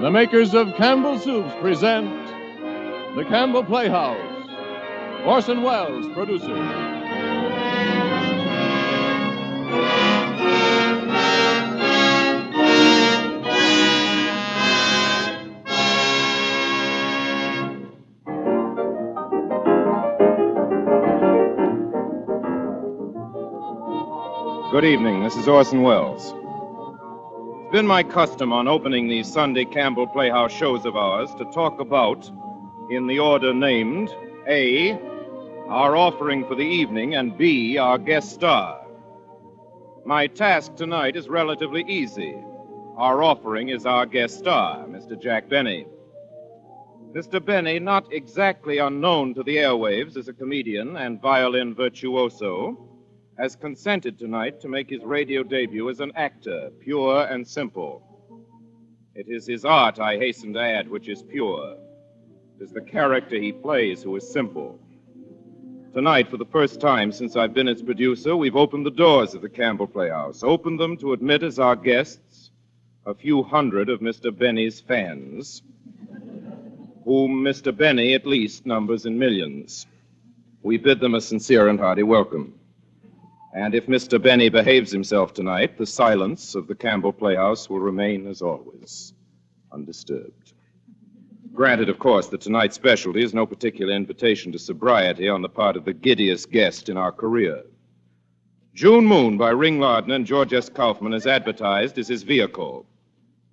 The makers of Campbell Soups present The Campbell Playhouse. Orson Welles, producer. Good evening. This is Orson Welles. It's been my custom on opening these Sunday Campbell Playhouse shows of ours to talk about, in the order named, A, our offering for the evening, and B, our guest star. My task tonight is relatively easy. Our offering is our guest star, Mr. Jack Benny. Mr. Benny, not exactly unknown to the airwaves as a comedian and violin virtuoso, has consented tonight to make his radio debut as an actor, pure and simple. It is his art, I hasten to add, which is pure. It is the character he plays who is simple. Tonight, for the first time since I've been its producer, we've opened the doors of the Campbell Playhouse, opened them to admit as our guests a few hundred of Mr. Benny's fans, whom Mr. Benny at least numbers in millions. We bid them a sincere and hearty welcome. And if Mr. Benny behaves himself tonight, the silence of the Campbell Playhouse will remain, as always, undisturbed. Granted, of course, that tonight's specialty is no particular invitation to sobriety on the part of the giddiest guest in our career. June Moon by Ring Lardner and George S. Kaufman is advertised as his vehicle.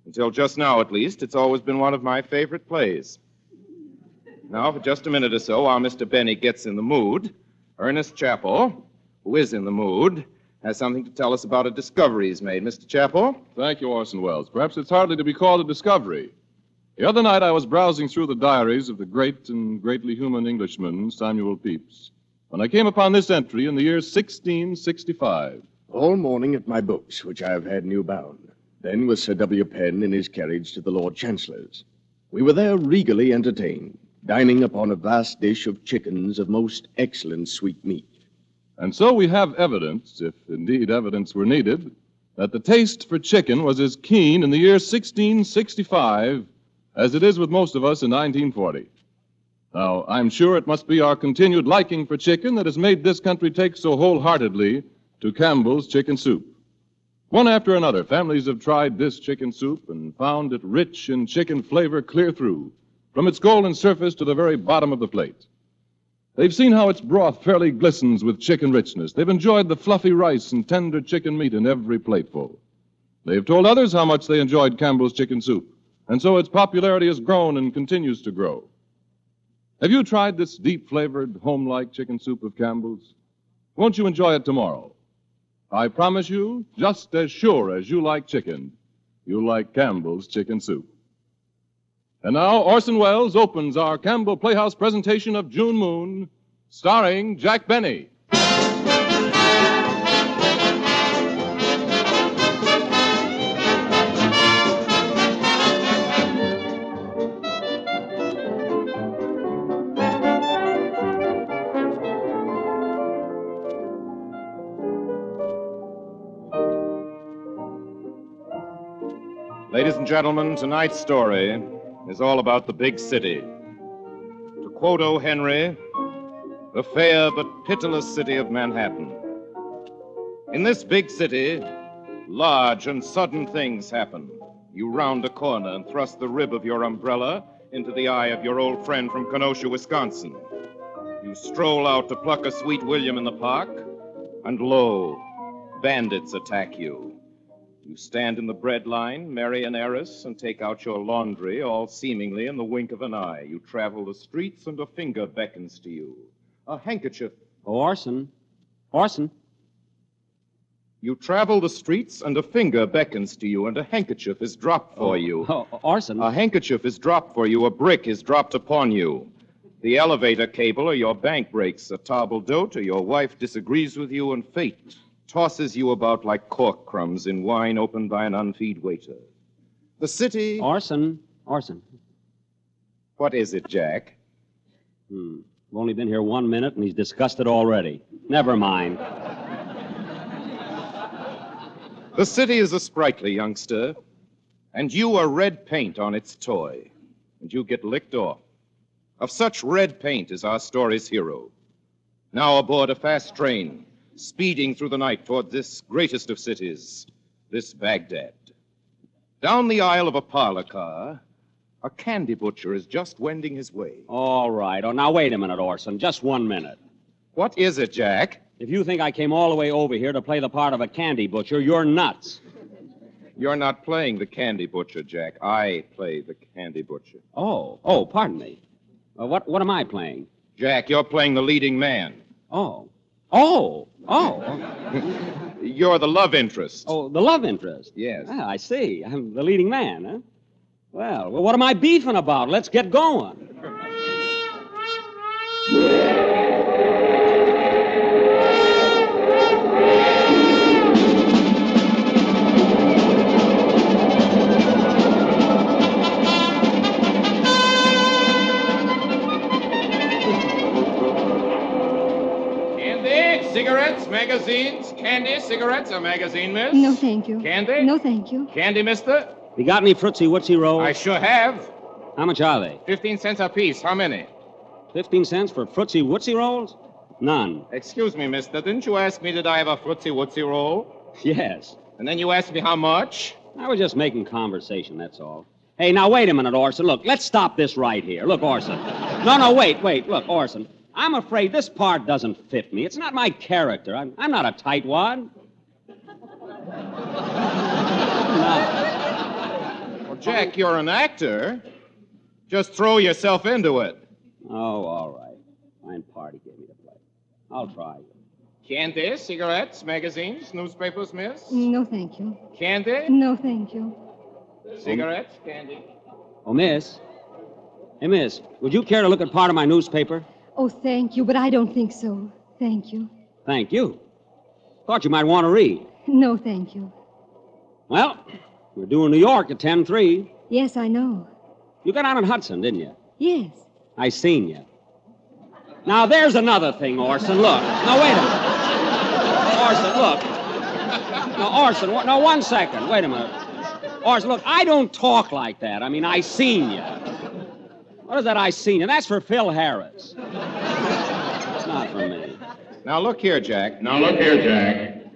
Until just now, at least, it's always been one of my favorite plays. Now, for just a minute or so, while Mr. Benny gets in the mood, Ernest Chappell, who is in the mood, has something to tell us about a discovery he's made. Mr. Chappell? Thank you, Orson Welles. Perhaps it's hardly to be called a discovery. The other night I was browsing through the diaries of the great and greatly human Englishman, Samuel Pepys, when I came upon this entry in the year 1665. All morning at my books, which I have had new bound. Then with Sir W. Penn in his carriage to the Lord Chancellor's. We were there regally entertained, dining upon a vast dish of chickens of most excellent sweet meat. And so we have evidence, if indeed evidence were needed, that the taste for chicken was as keen in the year 1665 as it is with most of us in 1940. Now, I'm sure it must be our continued liking for chicken that has made this country take so wholeheartedly to Campbell's chicken soup. One after another, families have tried this chicken soup and found it rich in chicken flavor clear through, from its golden surface to the very bottom of the plate. They've seen how its broth fairly glistens with chicken richness. They've enjoyed the fluffy rice and tender chicken meat in every plateful. They've told others how much they enjoyed Campbell's chicken soup, and so its popularity has grown and continues to grow. Have you tried this deep flavored, home like chicken soup of Campbell's? Won't you enjoy it tomorrow? I promise you, just as sure as you like chicken, you'll like Campbell's chicken soup. And now Orson Welles opens our Campbell Playhouse presentation of June Moon, starring Jack Benny. Ladies and gentlemen, tonight's story is all about the big city. To quote O. Henry, the fair but pitiless city of Manhattan. In this big city, large and sudden things happen. You round a corner and thrust the rib of your umbrella into the eye of your old friend from Kenosha, Wisconsin. You stroll out to pluck a sweet William in the park, and lo, bandits attack you. You stand in the bread line, marry an heiress, and take out your laundry, all seemingly in the wink of an eye. You travel the streets, and a finger beckons to you. A handkerchief. Oh, Orson. Orson. You travel the streets, and a finger beckons to you, and a handkerchief is dropped for you. Oh, Orson. A handkerchief is dropped for you, a brick is dropped upon you. The elevator cable or your bank breaks, a table d'hote or your wife disagrees with you, and fate tosses you about like cork crumbs in wine opened by an unfeed waiter. The city. Orson. Orson. What is it, Jack? Hmm. We've only been here one minute, and he's disgusted already. Never mind. The city is a sprightly youngster, and you are red paint on its toy, and you get licked off. Of such red paint is our story's hero. Now aboard a fast train, speeding through the night toward this greatest of cities, this Baghdad. Down the aisle of a parlor car, a candy butcher is just wending his way. All right. Oh, now wait a minute, Orson. Just one minute. What is it, Jack? If you think I came all the way over here to play the part of a candy butcher, you're nuts. You're not playing the candy butcher, Jack. I play the candy butcher. Oh, oh, pardon me. Uh, what, what am I playing? Jack, you're playing the leading man. Oh, oh, oh, You're the love interest. oh, the love interest. Yes. Ah, I see. I'm the leading man, huh? Well, well, what am I beefing about? Let's get going. Candy, cigarettes, magazines. Candy, cigarettes, a magazine, miss. No, thank you. Candy? No, thank you. Candy, mister? You got any Fritzy Wootsy rolls? I sure have. How much are they? Fifteen cents apiece. How many? Fifteen cents for Fritzy Wootsy rolls? None. Excuse me, mister. Didn't you ask me did I have a footsie wootsie roll? Yes. And then you asked me how much? I was just making conversation, that's all. Hey, now wait a minute, Orson. Look, let's stop this right here. Look, Orson. No, no, wait, wait. Look, Orson. I'm afraid this part doesn't fit me. It's not my character. I'm, I'm not a tightwad. no. Well, Jack, you're an actor. Just throw yourself into it. Oh, all right. Fine party gave me the play. I'll try. Candy, cigarettes, magazines, newspapers, miss? No, thank you. Candy, No, thank you. cigarettes, candy. Oh, miss. Hey, miss, would you care to look at part of my newspaper? Oh, thank you, but I don't think so. Thank you. Thank you. Thought you might want to read. No, thank you. Well, we're doing New York at 10-3. Yes, I know. You got out in Hudson, didn't you? Yes. I seen you. Now there's another thing, Orson. Look. Now wait a minute. Orson, look. Now Orson, wha- now one second. Wait a minute. Orson, look, I don't talk like that. I mean, I seen you. What is that I seen you? That's for Phil Harris. It's not for me. Now look here, Jack. Now look here, Jack.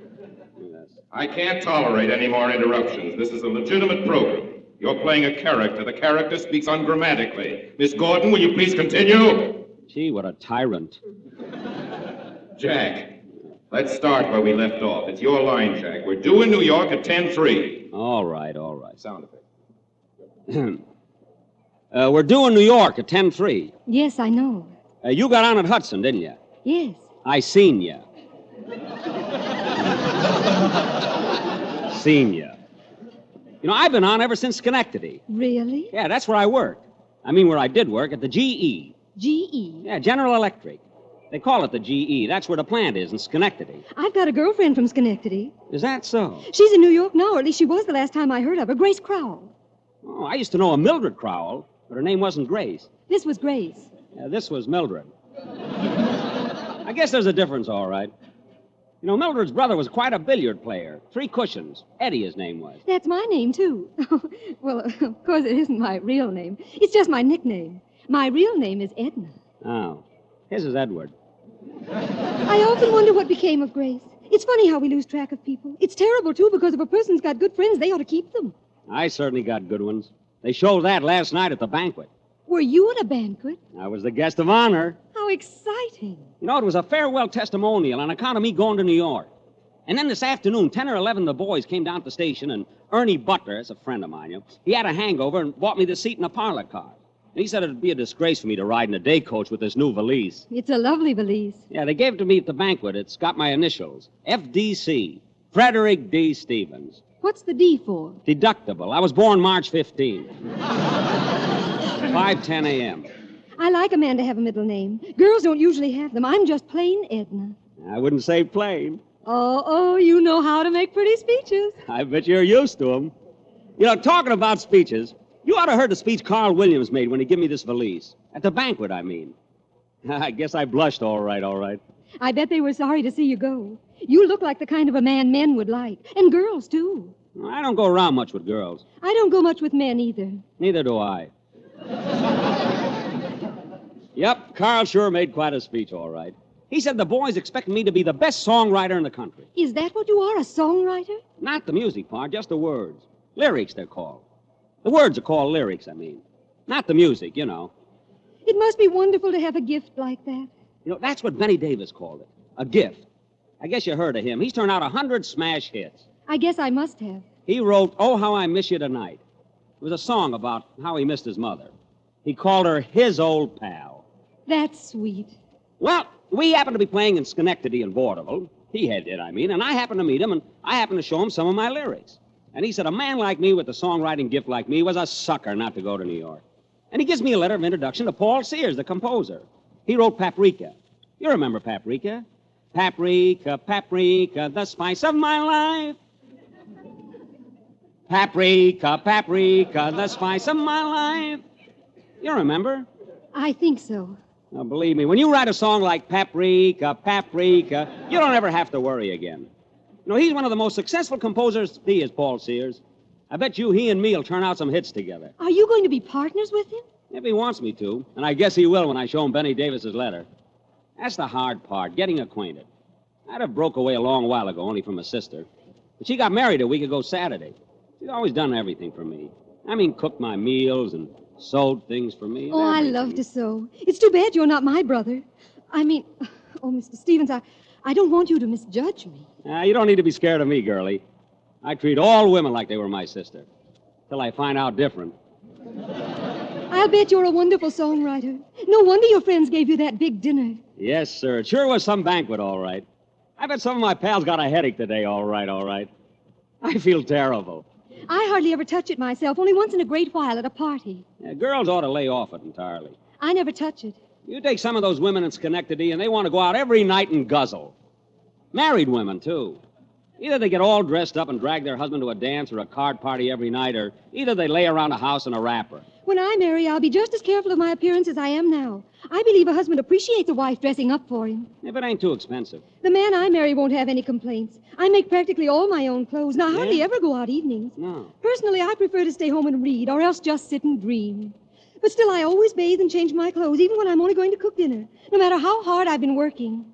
Yes. I can't tolerate any more interruptions. This is a legitimate program. You're playing a character. The character speaks ungrammatically. Miss Gordon, will you please continue? Gee, what a tyrant. Jack, let's start where we left off. It's your line, Jack. We're due in New York at 10:3. All right, all right. Sound effect. Uh, we're due in New York at 10-3. Yes, I know. Uh, you got on at Hudson, didn't you? Yes. I seen you. seen you. You know, I've been on ever since Schenectady. Really? Yeah, that's where I work. I mean, where I did work at the GE. GE. Yeah, General Electric. They call it the GE. That's where the plant is in Schenectady. I've got a girlfriend from Schenectady. Is that so? She's in New York now, or at least she was the last time I heard of her. Grace Crowell. Oh, I used to know a Mildred Crowell, but her name wasn't Grace. This was Grace. Yeah, this was Mildred. I guess there's a difference, all right. You know, Mildred's brother was quite a billiard player. Three cushions. Eddie, his name was. That's my name, too. well, of course, it isn't my real name. It's just my nickname. My real name is Edna. Oh. His is Edward. I often wonder what became of Grace. It's funny how we lose track of people. It's terrible, too, because if a person's got good friends, they ought to keep them. I certainly got good ones. They showed that last night at the banquet. Were you at a banquet? I was the guest of honor. How exciting. You know, it was a farewell testimonial on account of me going to New York. And then this afternoon, 10 or 11 of the boys came down to the station, and Ernie Butler, that's a friend of mine, you know, he had a hangover and bought me the seat in a parlor car. And he said it'd be a disgrace for me to ride in a day coach with this new valise. It's a lovely valise. Yeah, they gave it to me at the banquet. It's got my initials FDC, Frederick D. Stevens. What's the D for? Deductible. I was born March 15. 5:10 a.m. I like a man to have a middle name. Girls don't usually have them. I'm just plain Edna. I wouldn't say plain. Oh, oh, you know how to make pretty speeches. I bet you're used to them. You know, talking about speeches, You ought to heard the speech Carl Williams made when he gave me this valise. At the banquet, I mean. I guess I blushed all right, all right. I bet they were sorry to see you go. You look like the kind of a man men would like, and girls, too. I don't go around much with girls. I don't go much with men either. Neither do I. yep, Carl sure made quite a speech, all right. He said the boys expect me to be the best songwriter in the country. Is that what you are, a songwriter? Not the music part, just the words. Lyrics, they're called. The words are called lyrics, I mean. Not the music, you know. It must be wonderful to have a gift like that. You know, that's what Benny Davis called it a gift. I guess you heard of him. He's turned out a hundred smash hits. I guess I must have. He wrote Oh How I Miss You Tonight. It was a song about how he missed his mother. He called her his old pal. That's sweet. Well, we happened to be playing in Schenectady in Vaudeville. He had it, I mean, and I happened to meet him, and I happened to show him some of my lyrics. And he said, A man like me with a songwriting gift like me was a sucker not to go to New York. And he gives me a letter of introduction to Paul Sears, the composer. He wrote Paprika. You remember Paprika? Paprika, paprika, the spice of my life. Paprika, paprika, the spice of my life. You remember? I think so. Now, believe me, when you write a song like Paprika, Paprika, you don't ever have to worry again. You know, he's one of the most successful composers, he is, Paul Sears. I bet you he and me will turn out some hits together. Are you going to be partners with him? If he wants me to, and I guess he will when I show him Benny Davis's letter. That's the hard part, getting acquainted. I'd have broke away a long while ago, only from a sister. But she got married a week ago Saturday. She's always done everything for me. I mean, cooked my meals and sold things for me. and Oh, I everything. love to sew. It's too bad you're not my brother. I mean, oh, Mr. Stevens, I, I don't want you to misjudge me. Ah, you don't need to be scared of me, girlie. I treat all women like they were my sister. Till I find out different. I'll bet you're a wonderful songwriter. No wonder your friends gave you that big dinner. Yes, sir. It sure was some banquet, all right. I bet some of my pals got a headache today, all right, all right. I feel terrible. I hardly ever touch it myself, only once in a great while at a party. Yeah, girls ought to lay off it entirely. I never touch it. You take some of those women in Schenectady, and they want to go out every night and guzzle. Married women, too. Either they get all dressed up and drag their husband to a dance or a card party every night, or either they lay around a house in a wrapper. When I marry, I'll be just as careful of my appearance as I am now. I believe a husband appreciates a wife dressing up for him. If it ain't too expensive. The man I marry won't have any complaints. I make practically all my own clothes, and I hardly ever go out evenings. No. Personally, I prefer to stay home and read, or else just sit and dream. But still, I always bathe and change my clothes, even when I'm only going to cook dinner, no matter how hard I've been working.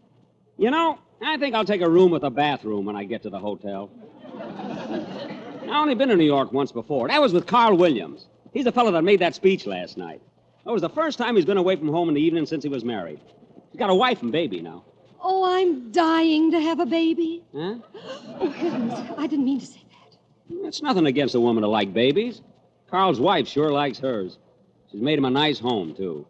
You know, I think I'll take a room with a bathroom when I get to the hotel. I only been to New York once before. That was with Carl Williams. He's the fellow that made that speech last night. That was the first time he's been away from home in the evening since he was married. He's got a wife and baby now. Oh, I'm dying to have a baby. Huh? Oh, heavens, I didn't mean to say that. It's nothing against a woman to like babies. Carl's wife sure likes hers. She's made him a nice home, too.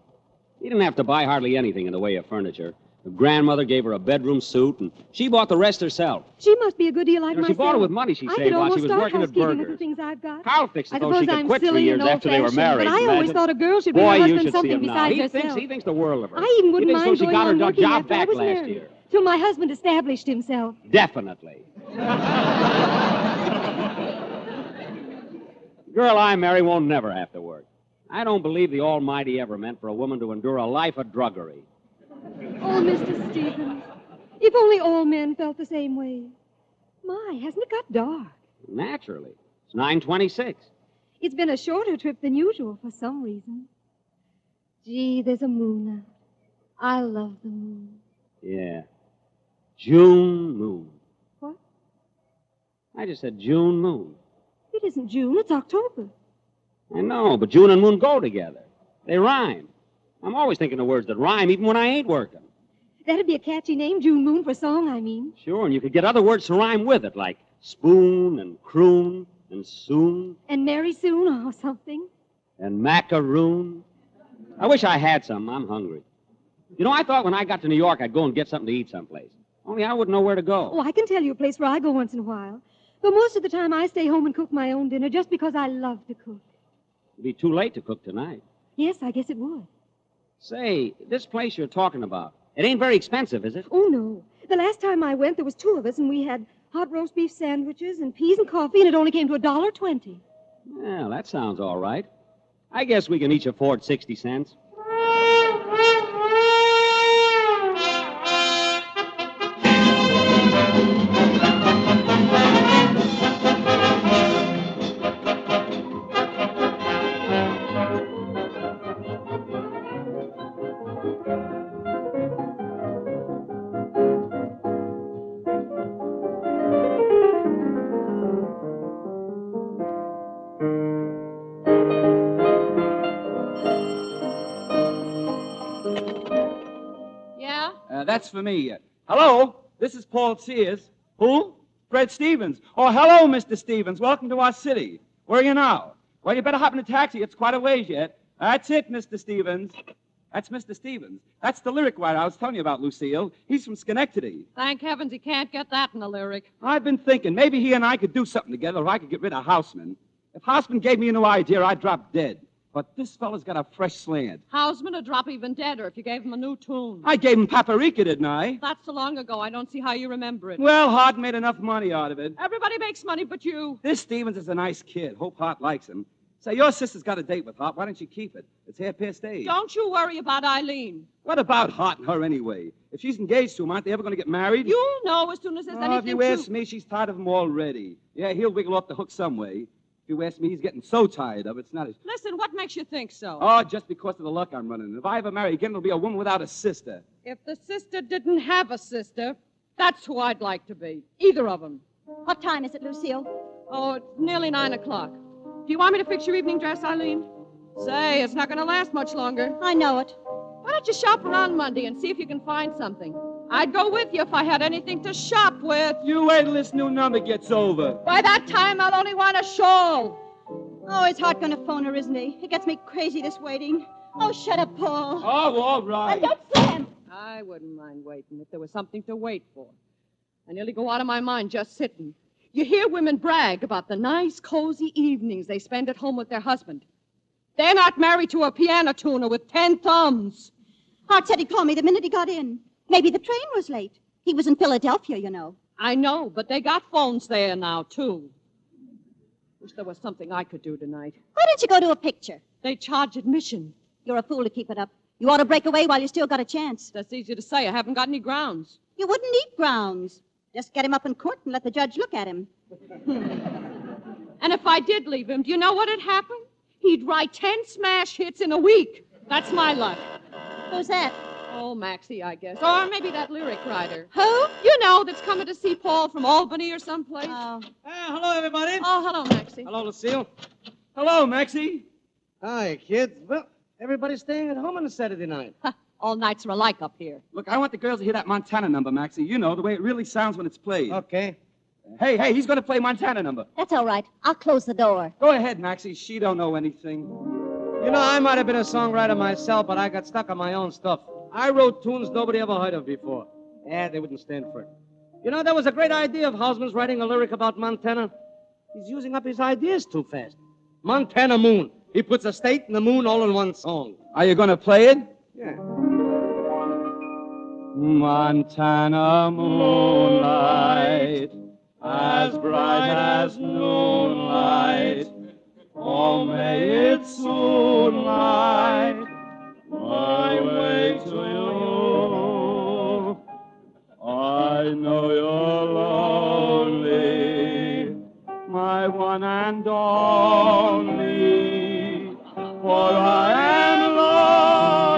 He didn't have to buy hardly anything in the way of furniture. Her grandmother gave her a bedroom suit, and she bought the rest herself. She must be a good deal like You know, she myself. bought it with money she I could saved while she almost was start working at housekeeping with the Burger's. things I've got. Carl fixed I it, though she suppose could I'm quit silly three years and after they were old-fashioned, married. But I always Imagine. thought a girl should bring Boy, her you husband should see something him now. besides He herself. thinks, he thinks the world of her. I even he wouldn't thinks so mind she going got her on working job after I back was last married, year. till my husband established himself. Definitely. Oh, Girl I marry won't never have to work. I don't believe the Almighty ever meant for a woman to endure a life of druggery. Oh, Mr. Stevens, if only all men felt the same way. My, hasn't it got dark? Naturally. It's 926. It's been a shorter trip than usual for some reason. Gee, there's a moon out. I love the moon. Yeah. June moon. What? I just said June moon. It isn't June, it's October. I know, but June and moon go together. They rhyme. I'm always thinking of words that rhyme, even when I ain't working. That'd be a catchy name, June Moon, for a song, I mean. Sure, and you could get other words to rhyme with it, like spoon and croon and soon And marry soon or something. and macaroon. I wish I had some. I'm hungry. You know, I thought when I got to New York, I'd go and get something to eat someplace. Only I wouldn't know where to go. Oh, I can tell you a place where I go once in a while. But most of the time I stay home and cook my own dinner just because I love to cook. It'd be too late to cook tonight. Yes, I guess it would. Say, this place you're talking about, it ain't very expensive, is it? Oh, no. The last time I went, there was two of us, and we had hot roast beef sandwiches and peas and coffee, and it only came to a dollar twenty. Well, that sounds all right. I guess we can each afford 60 cents. Yeah? Uh, that's for me. Uh, hello, this is Paul Sears. Who? Fred Stevens. Oh, hello, Mr. Stevens. Welcome to our city. Where are you now? Well, you better hop in a taxi. It's quite a ways yet. That's it, Mr. Stevens. That's Mr. Stevens. That's the lyric writer I was telling you about, Lucille. He's from Schenectady. Thank heavens he can't get that in a lyric. I've been thinking maybe he and I could do something together if I could get rid of Houseman. If Houseman gave me a new idea, I'd drop dead. But this fella's got a fresh slant. Houseman would drop even deader if you gave him a new tune. I gave him Paprika, didn't I? That's so long ago, I don't see how you remember it. Well, Hart made enough money out of it. Everybody makes money but you. This Stevens is a nice kid. Hope Hart likes him. Say, your sister's got a date with Hart. Why don't you keep it? It's half past eight. Don't you worry about Eileen. What about Hart and her anyway? If she's engaged to him, aren't they ever going to get married? You'll know as soon as there's Oh, anything if you to- ask me, she's tired of him already. Yeah, he'll wiggle off the hook some way. If you ask me, he's getting so tired of it. It's not his. Listen, what makes you think so? Oh, just because of the luck I'm running. If I ever marry again, it'll be a woman without a sister. If the sister didn't have a sister, that's who I'd like to be. Either of them. What time is it, Lucille? Oh, it's nearly nine o'clock. Do you want me to fix your evening dress, Eileen? Say, it's not going to last much longer. I know it. Why don't you shop around Monday and see if you can find something? I'd go with you if I had anything to shop with. You wait till this new number gets over. By that time, I'll only want a shawl. Oh, is Hart going to phone her, isn't he? It gets me crazy, this waiting. Oh, shut up, Paul. Oh, all right. And don't slam. I wouldn't mind waiting if there was something to wait for. I nearly go out of my mind just sitting. You hear women brag about the nice, cozy evenings they spend at home with their husband. They're not married to a piano tuner with ten thumbs. Hart said he'd call me the minute he got in. Maybe the train was late. He was in Philadelphia, you know. I know, but they got phones there now, too. Wish there was something I could do tonight. Why don't you go to a picture? They charge admission. You're a fool to keep it up. You ought to break away while you still got a chance. That's easy to say. I haven't got any grounds. You wouldn't need grounds. Just get him up in court and let the judge look at him. And if I did leave him, do you know what'd happen? He'd write ten smash hits in a week. That's my luck. Who's that? Oh, Maxie, I guess. Or maybe that lyric writer. Who? You know, that's coming to see Paul from Albany or someplace. Oh, hello, everybody. oh, hello, Maxie. Hello, Lucille. Hello, Maxie. Hi, kids. Well, everybody's staying at home on a Saturday night. All nights are alike up here. Look, I want the girls to hear that Montana number, Maxie. You know, the way it really sounds when it's played. Okay. Hey, hey, he's going to play Montana number. that's all right. I'll close the door. Go ahead, Maxie. She don't know anything. You know, I might have been a songwriter myself, but I got stuck on my own stuff. I wrote tunes nobody ever heard of before. Yeah, they wouldn't stand for it. You know, that was a great idea of Hausman's writing a lyric about Montana. He's using up his ideas too fast. Montana Moon. He puts a state and the moon all in one song. Are you going to play it? Yeah. Montana moonlight, as bright as moonlight. Oh, may it soon light my way to you. I know you're lonely, my one and only, for I am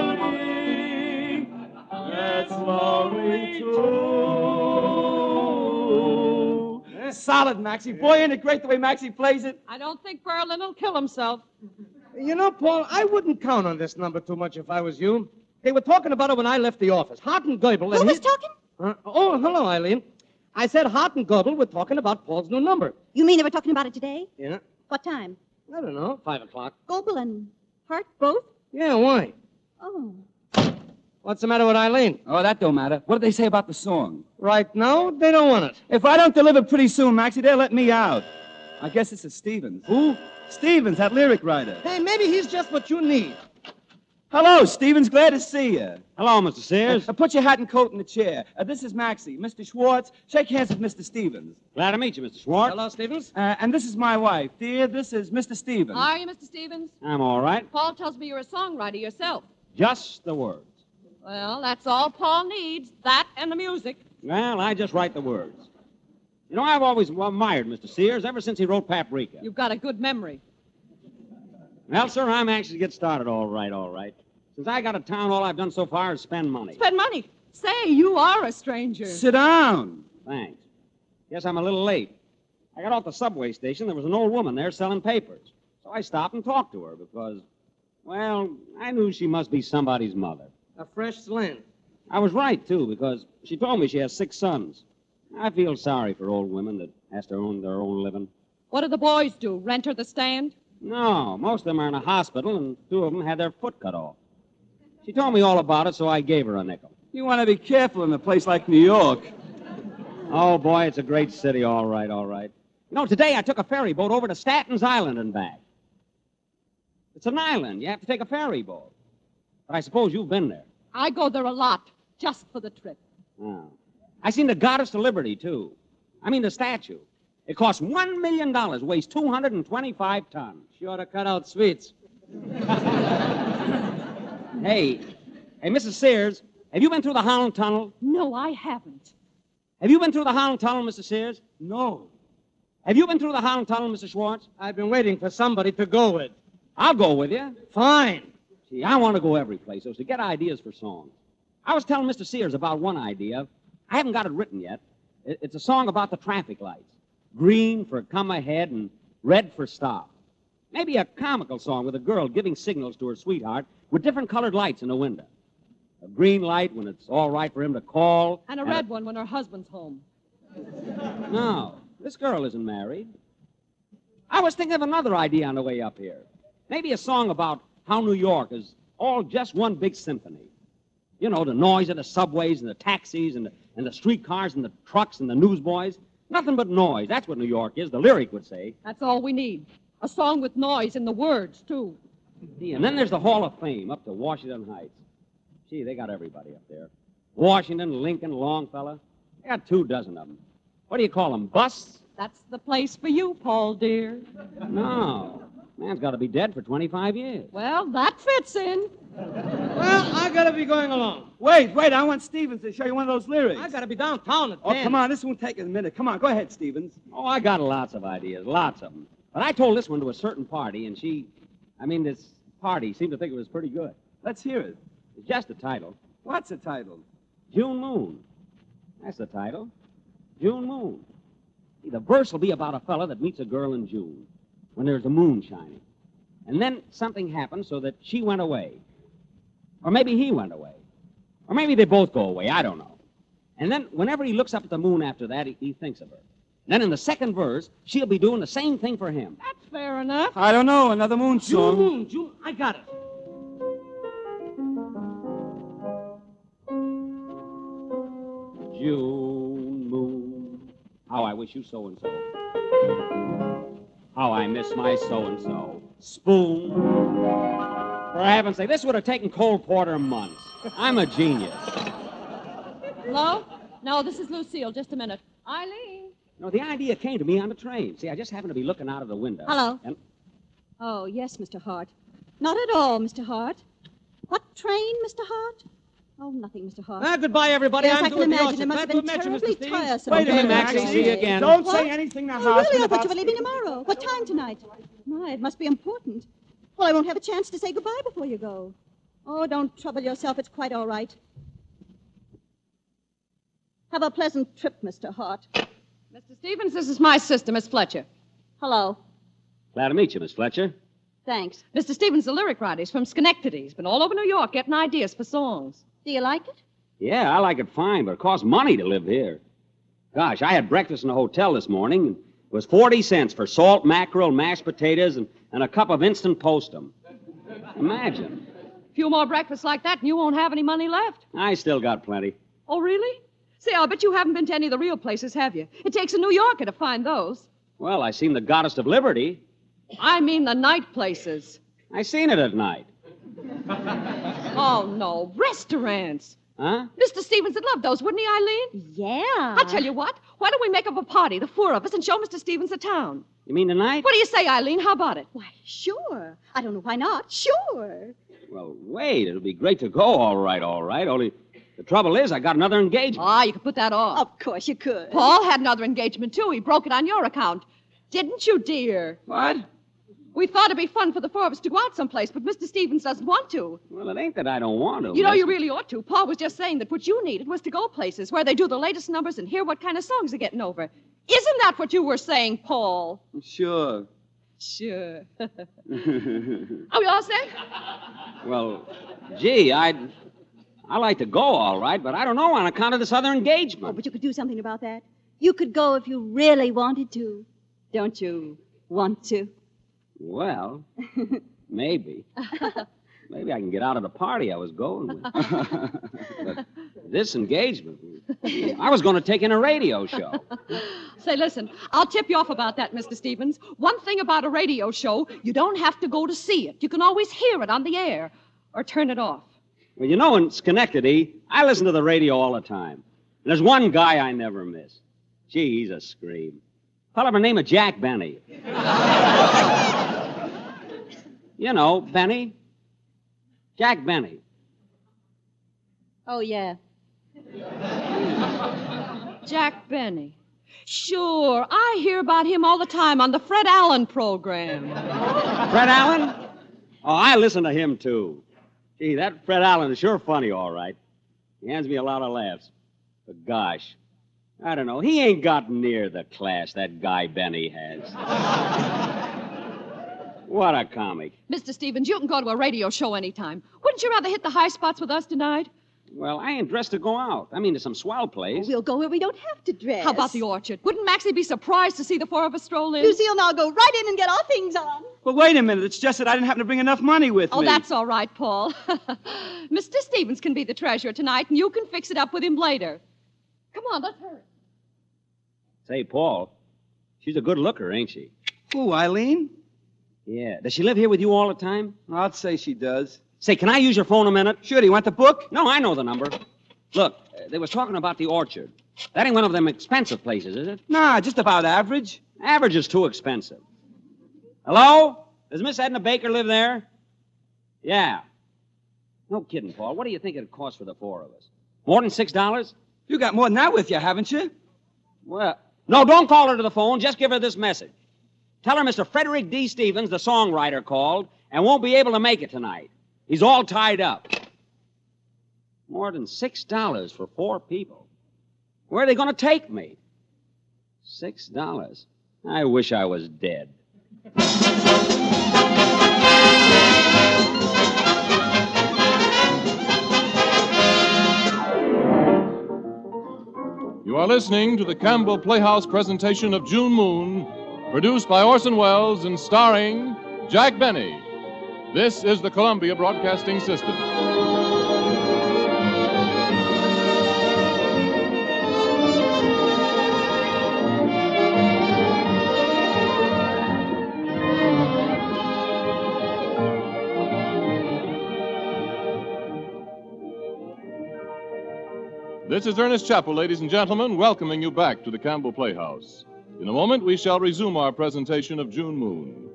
lonely. That's lonely too. Solid, Maxie. Boy, ain't it great the way Maxie plays it. I don't think Berlin will kill himself. You know, Paul, I wouldn't count on this number too much if I was you. They were talking about it when I left the office. Hart and Goebel. Who and was his- talking? Huh? oh, hello, Eileen. I said Hart and Goebel were talking about Paul's new number. You mean they were talking about it today? Yeah. What time? I don't know. Five o'clock. Goebel and Hart both? Yeah, why? Oh. What's the matter with Eileen? Oh, that don't matter. What did they say about the song? Right now, they don't want it. If I don't deliver pretty soon, Maxie, they'll let me out. I guess this is Stevens. Who? Stevens, that lyric writer. Hey, maybe he's just what you need. Hello, Stevens. Glad to see you. Hello, Mr. Sears. Uh, put your hat and coat in the chair. Uh, this is Maxie. Mr. Schwartz, shake hands with Mr. Stevens. Glad to meet you, Mr. Schwartz. Hello, Stevens. Uh, and this is my wife. Dear, this is Mr. Stevens. Are you, Mr. Stevens? I'm all right. Paul tells me you're a songwriter yourself. Just the words. Well, that's all Paul needs that and the music. Well, I just write the words. You know, I've always admired Mr. Sears ever since he wrote Paprika. You've got a good memory. Well, sir, I'm anxious to get started all right, all right. Since I got a town, all I've done so far is spend money. Spend money. Say, you are a stranger. Sit down. Thanks. Guess I'm a little late. I got off the subway station. There was an old woman there selling papers. So I stopped and talked to her because, well, I knew she must be somebody's mother. A fresh slant. I was right, too, because she told me she has six sons. I feel sorry for old women that has to earn their own living. What do the boys do? Rent her the stand? No, most of them are in a hospital, and two of them had their foot cut off. She told me all about it, so I gave her a nickel. You want to be careful in a place like New York. Oh, boy, it's a great city, all right, all right. You know, today I took a ferry boat over to Staten's Island and back. It's an island. You have to take a ferry boat. But I suppose you've been there. I go there a lot, just for the trip. Oh. I seen the Goddess of Liberty, too. I mean, the statue. It costs $1 million, weighs 225 tons. She ought to cut out sweets. Hey, hey, Mrs. Sears, have you been through the Holland Tunnel? No, I haven't. Have you been through the Holland Tunnel, Mrs. Sears? No. Have you been through the Holland Tunnel, Mr. Schwartz? I've been waiting for somebody to go with. I'll go with you. Fine. See, I want to go every place, so to get ideas for songs. I was telling Mr. Sears about one idea. I haven't got it written yet. It- It's a song about the traffic lights. Green for come ahead and red for stop. Maybe a comical song with a girl giving signals to her sweetheart with different colored lights in the window. A green light when it's all right for him to call. And a red one when her husband's home. No, this girl isn't married. I was thinking of another idea on the way up here. Maybe a song about how New York is all just one big symphony. You know, the noise of the subways and the taxis and the, and the streetcars and the trucks and the newsboys. Nothing but noise. That's what New York is, the lyric would say. That's all we need. A song with noise and the words, too. Gee, And then there's the Hall of Fame up to Washington Heights. Gee, they got everybody up there. Washington, Lincoln, Longfellow. They got two dozen of them. What do you call them, busts? That's the place for you, Paul, dear. No. Man's got to be dead for 25 years. Well, that fits in. Well, I gotta be going along. Wait, wait. I want Stevens to show you one of those lyrics. I gotta be downtown at Oh, 10. come on. This won't take a minute. Come on. Go ahead, Stevens. Oh, I got lots of ideas, lots of them. But I told this one to a certain party, and she, I mean, this party seemed to think it was pretty good. Let's hear it. It's just the title What's the title? June Moon. That's the title. June Moon. See, the verse will be about a fella that meets a girl in June when there's a moon shining. And then something happened so that she went away. Or maybe he went away. Or maybe they both go away. I don't know. And then whenever he looks up at the moon after that, he, he thinks of her. Then in the second verse, she'll be doing the same thing for him. That's fair enough. I don't know. Another moon June, song. Moon, June, I got it. June moon. How I wish you so and so. How I miss my so and so. Spoon. For heaven's sake, this would have taken Cole Porter months. I'm a genius. Hello? No, this is Lucille. Just a minute. Eileen. No, the idea came to me on the train. See, I just happened to be looking out of the window. Hello. And Oh, yes, Mr. Hart. Not at all, Mr. Hart. What train, Mr. Hart? Oh, nothing, Mr. Hart. Ah, goodbye, everybody. Yes, I'm I can doing the imagine. Austin. It must Glad have to been have met you, terribly Mr. Stevens. tiresome. Wait a minute, Maxie. Maxie. See you again. Don't What? say anything to Oh, really? Hosman I thought you about were leaving tomorrow. What time tonight? My, it must be important. Well, I won't have a chance to say goodbye before you go. Oh, don't trouble yourself. It's quite all right. Have a pleasant trip, Mr. Hart. Mr. Stevens, this is my sister, Miss Fletcher. Hello. glad to meet you, Miss Fletcher. Thanks. Mr. Stevens, the lyric writer, he's from Schenectady. He's been all over New York getting ideas for songs. Do you like it? Yeah, I like it fine, but it costs money to live here. Gosh, I had breakfast in a hotel this morning, and it was 40 cents for salt, mackerel, mashed potatoes, and, and a cup of instant postum. Imagine. A few more breakfasts like that, and you won't have any money left. I still got plenty. Oh, really? Say, I'll bet you haven't been to any of the real places, have you? It takes a New Yorker to find those. Well, I seen the Goddess of Liberty. I mean the night places. I seen it at night. Oh, no. Restaurants. Huh? Mr. Stevens would love those, wouldn't he, Eileen? Yeah. I'll tell you what. Why don't we make up a party, the four of us, and show Mr. Stevens the town? You mean tonight? What do you say, Eileen? How about it? Why, sure. I don't know why not. Sure. Well, wait. It'll be great to go, all right, all right. Only the trouble is, I got another engagement. Ah, you can put that off. Of course you could. Paul had another engagement, too. He broke it on your account. Didn't you, dear? What? We thought it'd be fun for the four of us to go out someplace, but Mr. Stevens doesn't want to. Well, it ain't that I don't want to. You know, miss. you really ought to. Paul was just saying that what you needed was to go places where they do the latest numbers and hear what kind of songs are getting over. Isn't that what you were saying, Paul? Sure. Sure. are we Oh, all set? well, gee, I'd. I like to go, all right, but I don't know on account of this other Oh, engagement. but you could do something about that. You could go if you really wanted to. Don't you want to? Well, maybe. maybe I can get out of the party I was going with. but this engagement. I was going to take in a radio show. Say, listen, I'll tip you off about that, Mr. Stevens. One thing about a radio show, you don't have to go to see it. You can always hear it on the air or turn it off. Well, you know, in Schenectady, I listen to the radio all the time. And there's one guy I never miss. Gee, he's a scream. Fella by the name of Jack Benny. you know, Benny. Jack Benny. Oh, yeah. Jack Benny. Sure, I hear about him all the time on the Fred Allen program. Fred Allen? Oh, I listen to him, too. Gee, that Fred Allen is sure funny, all right. He hands me a lot of laughs. But gosh, I don't know. He ain't got near the class that guy Benny has. what a comic. Mr. Stevens, you can go to a radio show anytime. Wouldn't you rather hit the high spots with us tonight? Well, I ain't dressed to go out. I mean, to some swell place. We'll go where we don't have to dress. How about the orchard? Wouldn't Maxie be surprised to see the four of us stroll in? Lucille and I'll go right in and get our things on. But wait a minute. It's just that I didn't happen to bring enough money with Oh, me. that's all right, Paul. Mr. Stevens can be the treasurer tonight, and you can fix it up with him later. Come on, let's hurry. Say, Paul, she's a good looker, ain't she? Who, Eileen? Yeah. Does she live here with you all the time? I'd say she does. Say, can I use your phone a minute? Sure, do you want the book? No, I know the number. Look, uh, they was talking about the orchard. That ain't one of them expensive places, is it? Nah, just about average. Average is too expensive. Hello? Does Miss Edna Baker live there? Yeah. No kidding, Paul. What do you think it'd cost for the four of us? More than six dollars? You got more than that with you, haven't you? Well, no, don't call her to the phone. Just give her this message. Tell her Mr. Frederick D. Stevens, the songwriter, called and won't be able to make it tonight. He's all tied up. More than six dollars for four people. Where are they going to take me? Six dollars. I wish I was dead. You are listening to the Campbell Playhouse presentation of June Moon, produced by Orson Welles and starring Jack Benny. This is the Columbia Broadcasting System. This is Ernest Chappell, ladies and gentlemen, welcoming you back to the Campbell Playhouse. In a moment, we shall resume our presentation of June Moon.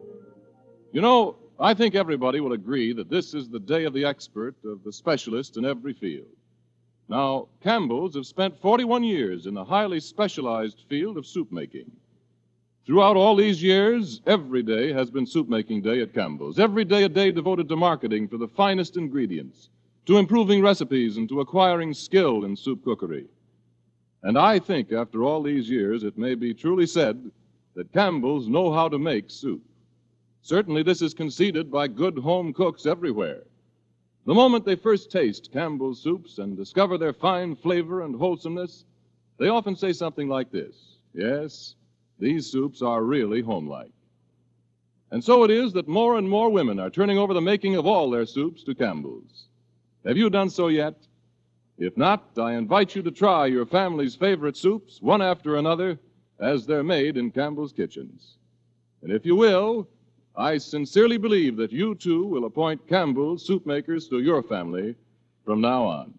You know, I think everybody will agree that this is the day of the expert, of the specialist in every field. Now, Campbells have spent 41 years in the highly specialized field of soup making. Throughout all these years, every day has been soup making day at Campbell's, every day a day devoted to marketing for the finest ingredients to improving recipes and to acquiring skill in soup cookery. And I think after all these years, it may be truly said that Campbell's know how to make soup. Certainly, this is conceded by good home cooks everywhere. The moment they first taste Campbell's soups and discover their fine flavor and wholesomeness, they often say something like this Yes, these soups are really homelike. And so it is that more and more women are turning over the making of all their soups to Campbell's. Have you done so yet? If not, I invite you to try your family's favorite soups, one after another, as they're made in Campbell's kitchens. And if you will, I sincerely believe that you too will appoint Campbell soup makers to your family from now on.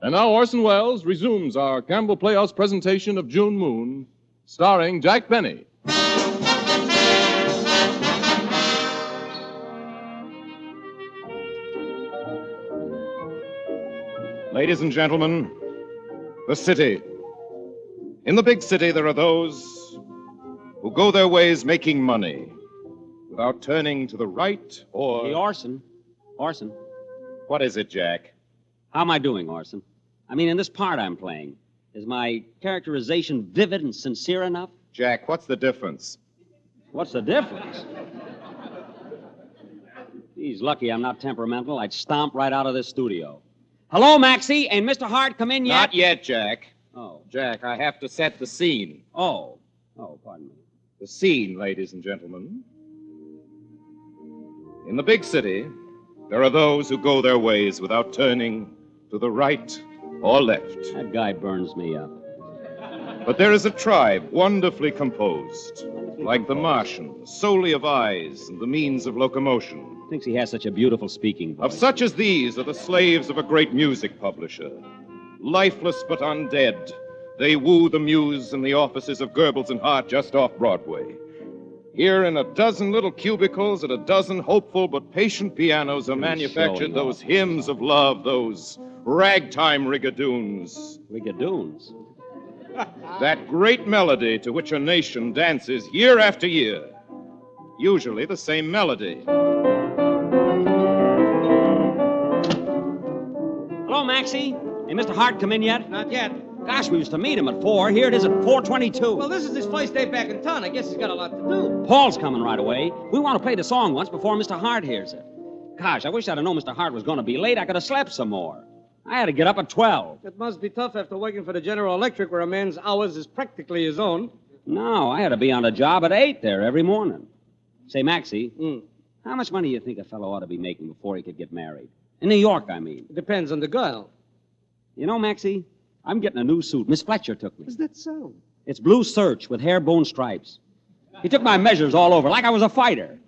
And now Orson Welles resumes our Campbell Playhouse presentation of June Moon, starring Jack Benny. Ladies and gentlemen, the city. In the big city, there are those who go their ways making money without turning to the right or. Hey, Orson. Orson. What is it, Jack? How am I doing, Orson? I mean, in this part I'm playing, is my characterization vivid and sincere enough? Jack, what's the difference? What's the difference? He's lucky I'm not temperamental. I'd stomp right out of this studio. Hello, Maxie, and Mr. Hart come in yet? Not yet, Jack. Oh, Jack, I have to set the scene. oh, oh, pardon me. The scene, ladies and gentlemen. In the big city, there are those who go their ways without turning to the right or left. That guy burns me up. But there is a tribe wonderfully composed, like the Martian, solely of eyes and the means of locomotion. Thinks he has such a beautiful speaking voice. Of such as these are the slaves of a great music publisher. Lifeless but undead, they woo the muse in the offices of Goebbels and Hart just off Broadway. Here in a dozen little cubicles at a dozen hopeful but patient pianos are He's showing manufactured off. those hymns of love, those ragtime rigadoons. Rigadoons. That great melody to which a nation dances year after year. Usually the same melody. Hello, Maxie. Hey, Mr. Hart come in yet? Not yet. Gosh, we used to meet him at four. Here it is at 422. Well, this is his first day back in town. I guess he's got a lot to do. Paul's coming right away. We want to play the song once before Mr. Hart hears it. Gosh, I wish I'd have known Mr. Hart was going to be late. I could have slept some more. I had to get up at 12. It must be tough after working for the General Electric, where a man's hours is practically his own. No, I had to be on a job at 8 there every morning. Say, Maxie, Hmm. how much money do you think a fellow ought to be making before he could get married? In New York, I mean. Depends on the girl. You know, Maxie, I'm getting a new suit. Miss Fletcher took me. Is that so? It's blue serge with hair-bone stripes. He took my measures all over like I was a fighter.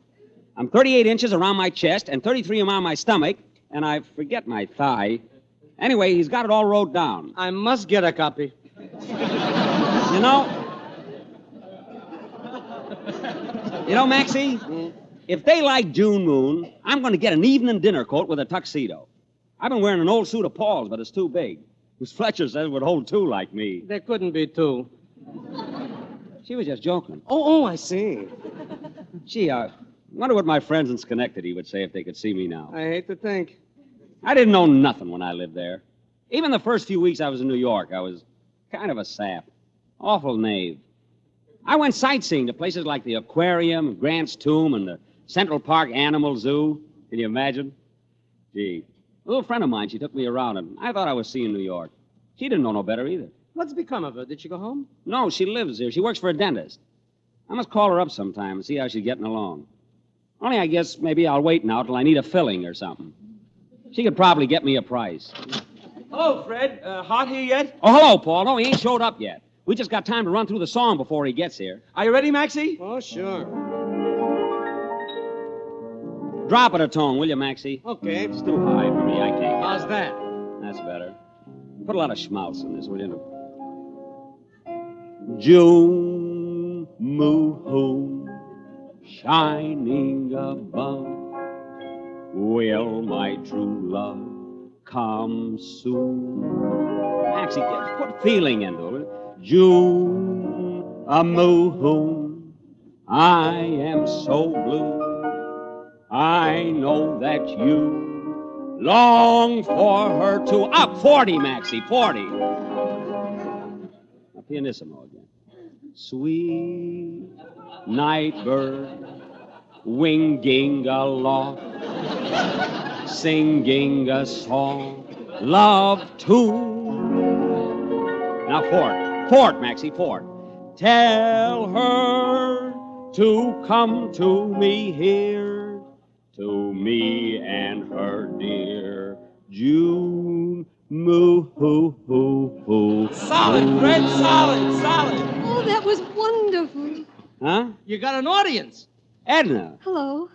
I'm 38 inches around my chest and 33 around my stomach, and I forget my thigh. Anyway, he's got it all wrote down. I must get a copy. You know? You know, Maxie, if they like June Moon, I'm going to get an evening dinner coat with a tuxedo. I've been wearing an old suit of Paul's, but it's too big. Miss Fletcher says it would hold two like me. There couldn't be two. She was just joking. Oh, oh, I see. Gee, I wonder what my friends in Schenectady would say if they could see me now. I hate to think. I didn't know nothing when I lived there. Even the first few weeks I was in New York, I was kind of a sap, awful knave. I went sightseeing to places like the aquarium, Grant's Tomb, and the Central Park Animal Zoo. Can you imagine? Gee, a little friend of mine, she took me around, and I thought I was seeing New York. She didn't know no better either. What's become of her? Did she go home? No, she lives here. She works for a dentist. I must call her up sometime and see how she's getting along. Only I guess maybe I'll wait now till I need a filling or something. She could probably get me a price. Hello, Fred. Uh, Hart here yet? Oh, hello, Paul. No, he ain't showed up yet. We just got time to run through the song before he gets here. Are you ready, Maxie? Oh, sure. Drop it a tone, will you, Maxie? Okay. It's too high for me. I can't. How's that? That's better. Put a lot of schmaltz in this, will you? June moon shining above. Will my true love come soon? Maxie, get- put feeling into it. June a moon. I am so blue. I know that you Long for her to up 40, Maxie, 40. A pianissimo again. Sweet night bird, winging aloft, singing a song, love tune. Now Fort, Fort, Maxie, Fort. Tell her to come to me here, to me and her dear June Moo hoo hoo hoo. Solid, Fred. Solid, solid. Oh, that was wonderful. Huh? You got an audience. Edna. Hello.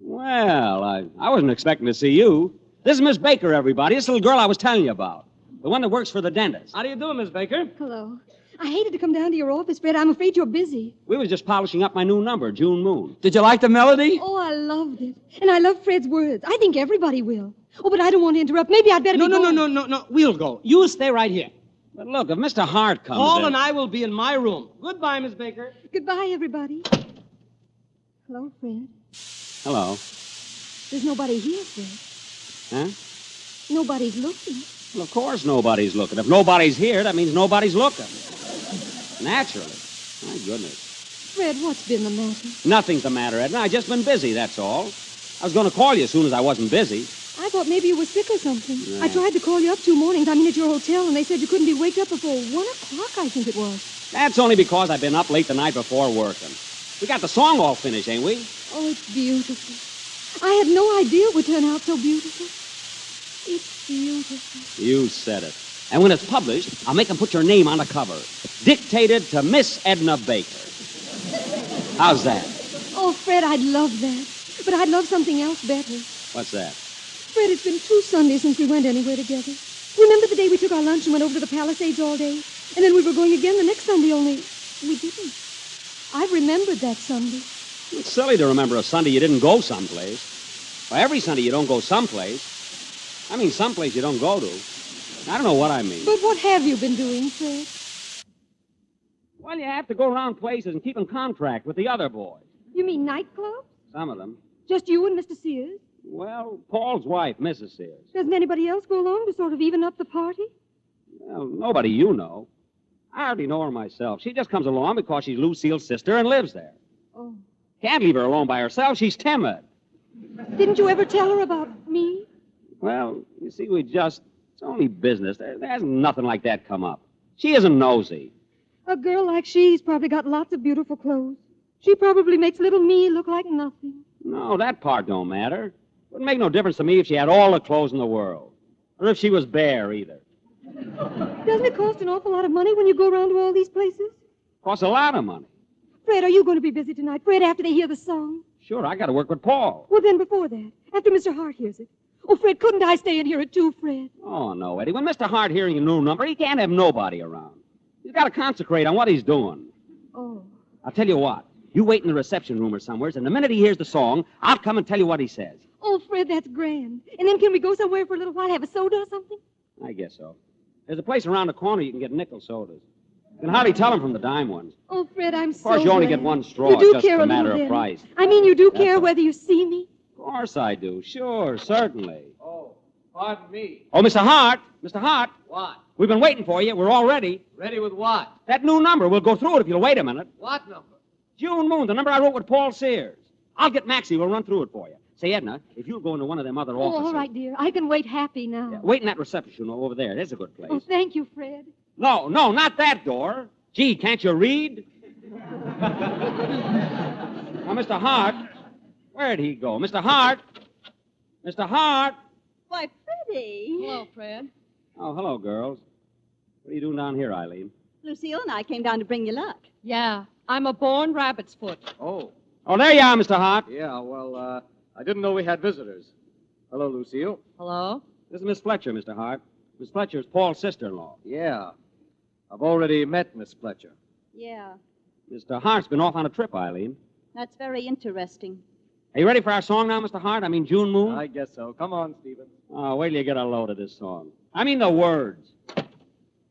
Well, I, I wasn't expecting to see you. This is Miss Baker, everybody. This little girl I was telling you about. The one that works for the dentist. How do you do, Miss Baker? Hello. I hated to come down to your office, Fred. I'm afraid you're busy. We was just polishing up my new number, June Moon. Did you like the melody? Oh, I loved it. And I love Fred's words. I think everybody will. Oh, but I don't want to interrupt. Maybe I'd better No, be no, no, going. no, no, no. We'll go. You stay right here. But look, if Mr. Hart comes Paul in... and I will be in my room. Goodbye, Miss Baker. Goodbye, everybody. Hello, Fred. Hello. There's nobody here, Fred. Huh? Nobody's looking. Well, of course nobody's looking. If nobody's here, that means nobody's looking. Naturally. My goodness. Fred, what's been the matter? Nothing's the matter, Edna. i just been busy, that's all. I was going to call you as soon as I wasn't busy. I thought maybe you were sick or something. I tried to call you up two mornings, I mean at your hotel, and they said you couldn't be waked up before one o'clock, I think it was. That's only because I've been up late the night before working. We got the song all finished, ain't we? Oh, it's beautiful. I had no idea it would turn out so beautiful. It's beautiful. You said it. And when it's published, I'll make them put your name on the cover. Dictated to Miss Edna Baker. How's that? Oh, Fred, I'd love that. But I'd love something else better. What's that? Fred, it's been two Sundays since we went anywhere together. Remember the day we took our lunch and went over to the Palisades all day? And then we were going again the next Sunday, only we didn't. I've remembered that Sunday. It's silly to remember a Sunday you didn't go someplace. Well, every Sunday you don't go someplace. I mean, someplace you don't go to. I don't know what I mean. But what have you been doing, Fred? Well, you have to go around places and keep in contract with the other boys. You mean nightclub? Some of them. Just you and Mr. Sears? Well, Paul's wife, Mrs. Sears. Doesn't anybody else go along to sort of even up the party? Well, nobody you know. I hardly know her myself. She just comes along because she's Lucille's sister and lives there. Oh. Can't leave her alone by herself. She's timid. Didn't you ever tell her about me? Well, you see, we just. It's only business. There, there's nothing like that come up. She isn't nosy. A girl like she's probably got lots of beautiful clothes. She probably makes little me look like nothing. No, that part don't matter. Wouldn't make no difference to me if she had all the clothes in the world. Or if she was bare, either. Doesn't it cost an awful lot of money when you go around to all these places? Costs a lot of money. Fred, are you going to be busy tonight? Fred, after they hear the song? Sure, I gotta work with Paul. Well, then before that, after Mr. Hart hears it. Oh, Fred, couldn't I stay and hear it too, Fred? Oh, no, Eddie. When Mr. Hart hearing a new number, he can't have nobody around. He's gotta concentrate on what he's doing. Oh. I'll tell you what. You wait in the reception room or somewheres, and the minute he hears the song, I'll come and tell you what he says. Oh, Fred, that's grand. And then can we go somewhere for a little while, have a soda or something? I guess so. There's a place around the corner you can get nickel sodas. You can hardly tell them from the dime ones. Oh, Fred, I'm Of course, so you only glad. get one straw. You do It's just care a a little matter of bit. price. I mean, you do That's care all. whether you see me. Of course I do. Sure, certainly. Oh, pardon me. Oh, Mr. Hart, Mr. Hart, What? we've been waiting for you. We're all ready. Ready with what? That new number, we'll go through it if you'll wait a minute. What number? June Moon, the number I wrote with Paul Sears. I'll get Maxie. We'll run through it for you. Say, Edna, if you'll go into one of them other Oh, offices. all right, dear. I can wait happy now. Yeah, wait in that reception over there. There's a good place. Oh, thank you, Fred. No, no, not that door. Gee, can't you read? now, Mr. Hart, where'd he go? Mr. Hart? Mr. Hart? Why, Freddie. Hello, Fred. Oh, hello, girls. What are you doing down here, Eileen? Lucille and I came down to bring you luck. Yeah, I'm a born rabbit's foot. Oh, Oh, there you are, Mr. Hart. yeah, well, uh, I didn't know we had visitors. Hello, Lucille. Hello? This is Miss Fletcher, Mr. Hart. Miss Fletcher is Paul's sister in law. Yeah. I've already met Miss Fletcher. Yeah, Mr. Hart's been off on a trip, Eileen. that's very interesting. Are you ready for our song now, Mr. Hart? I mean, June Moon? I guess so. Come on, Stephen. Oh, wait till you get a load of this song. I mean, the words.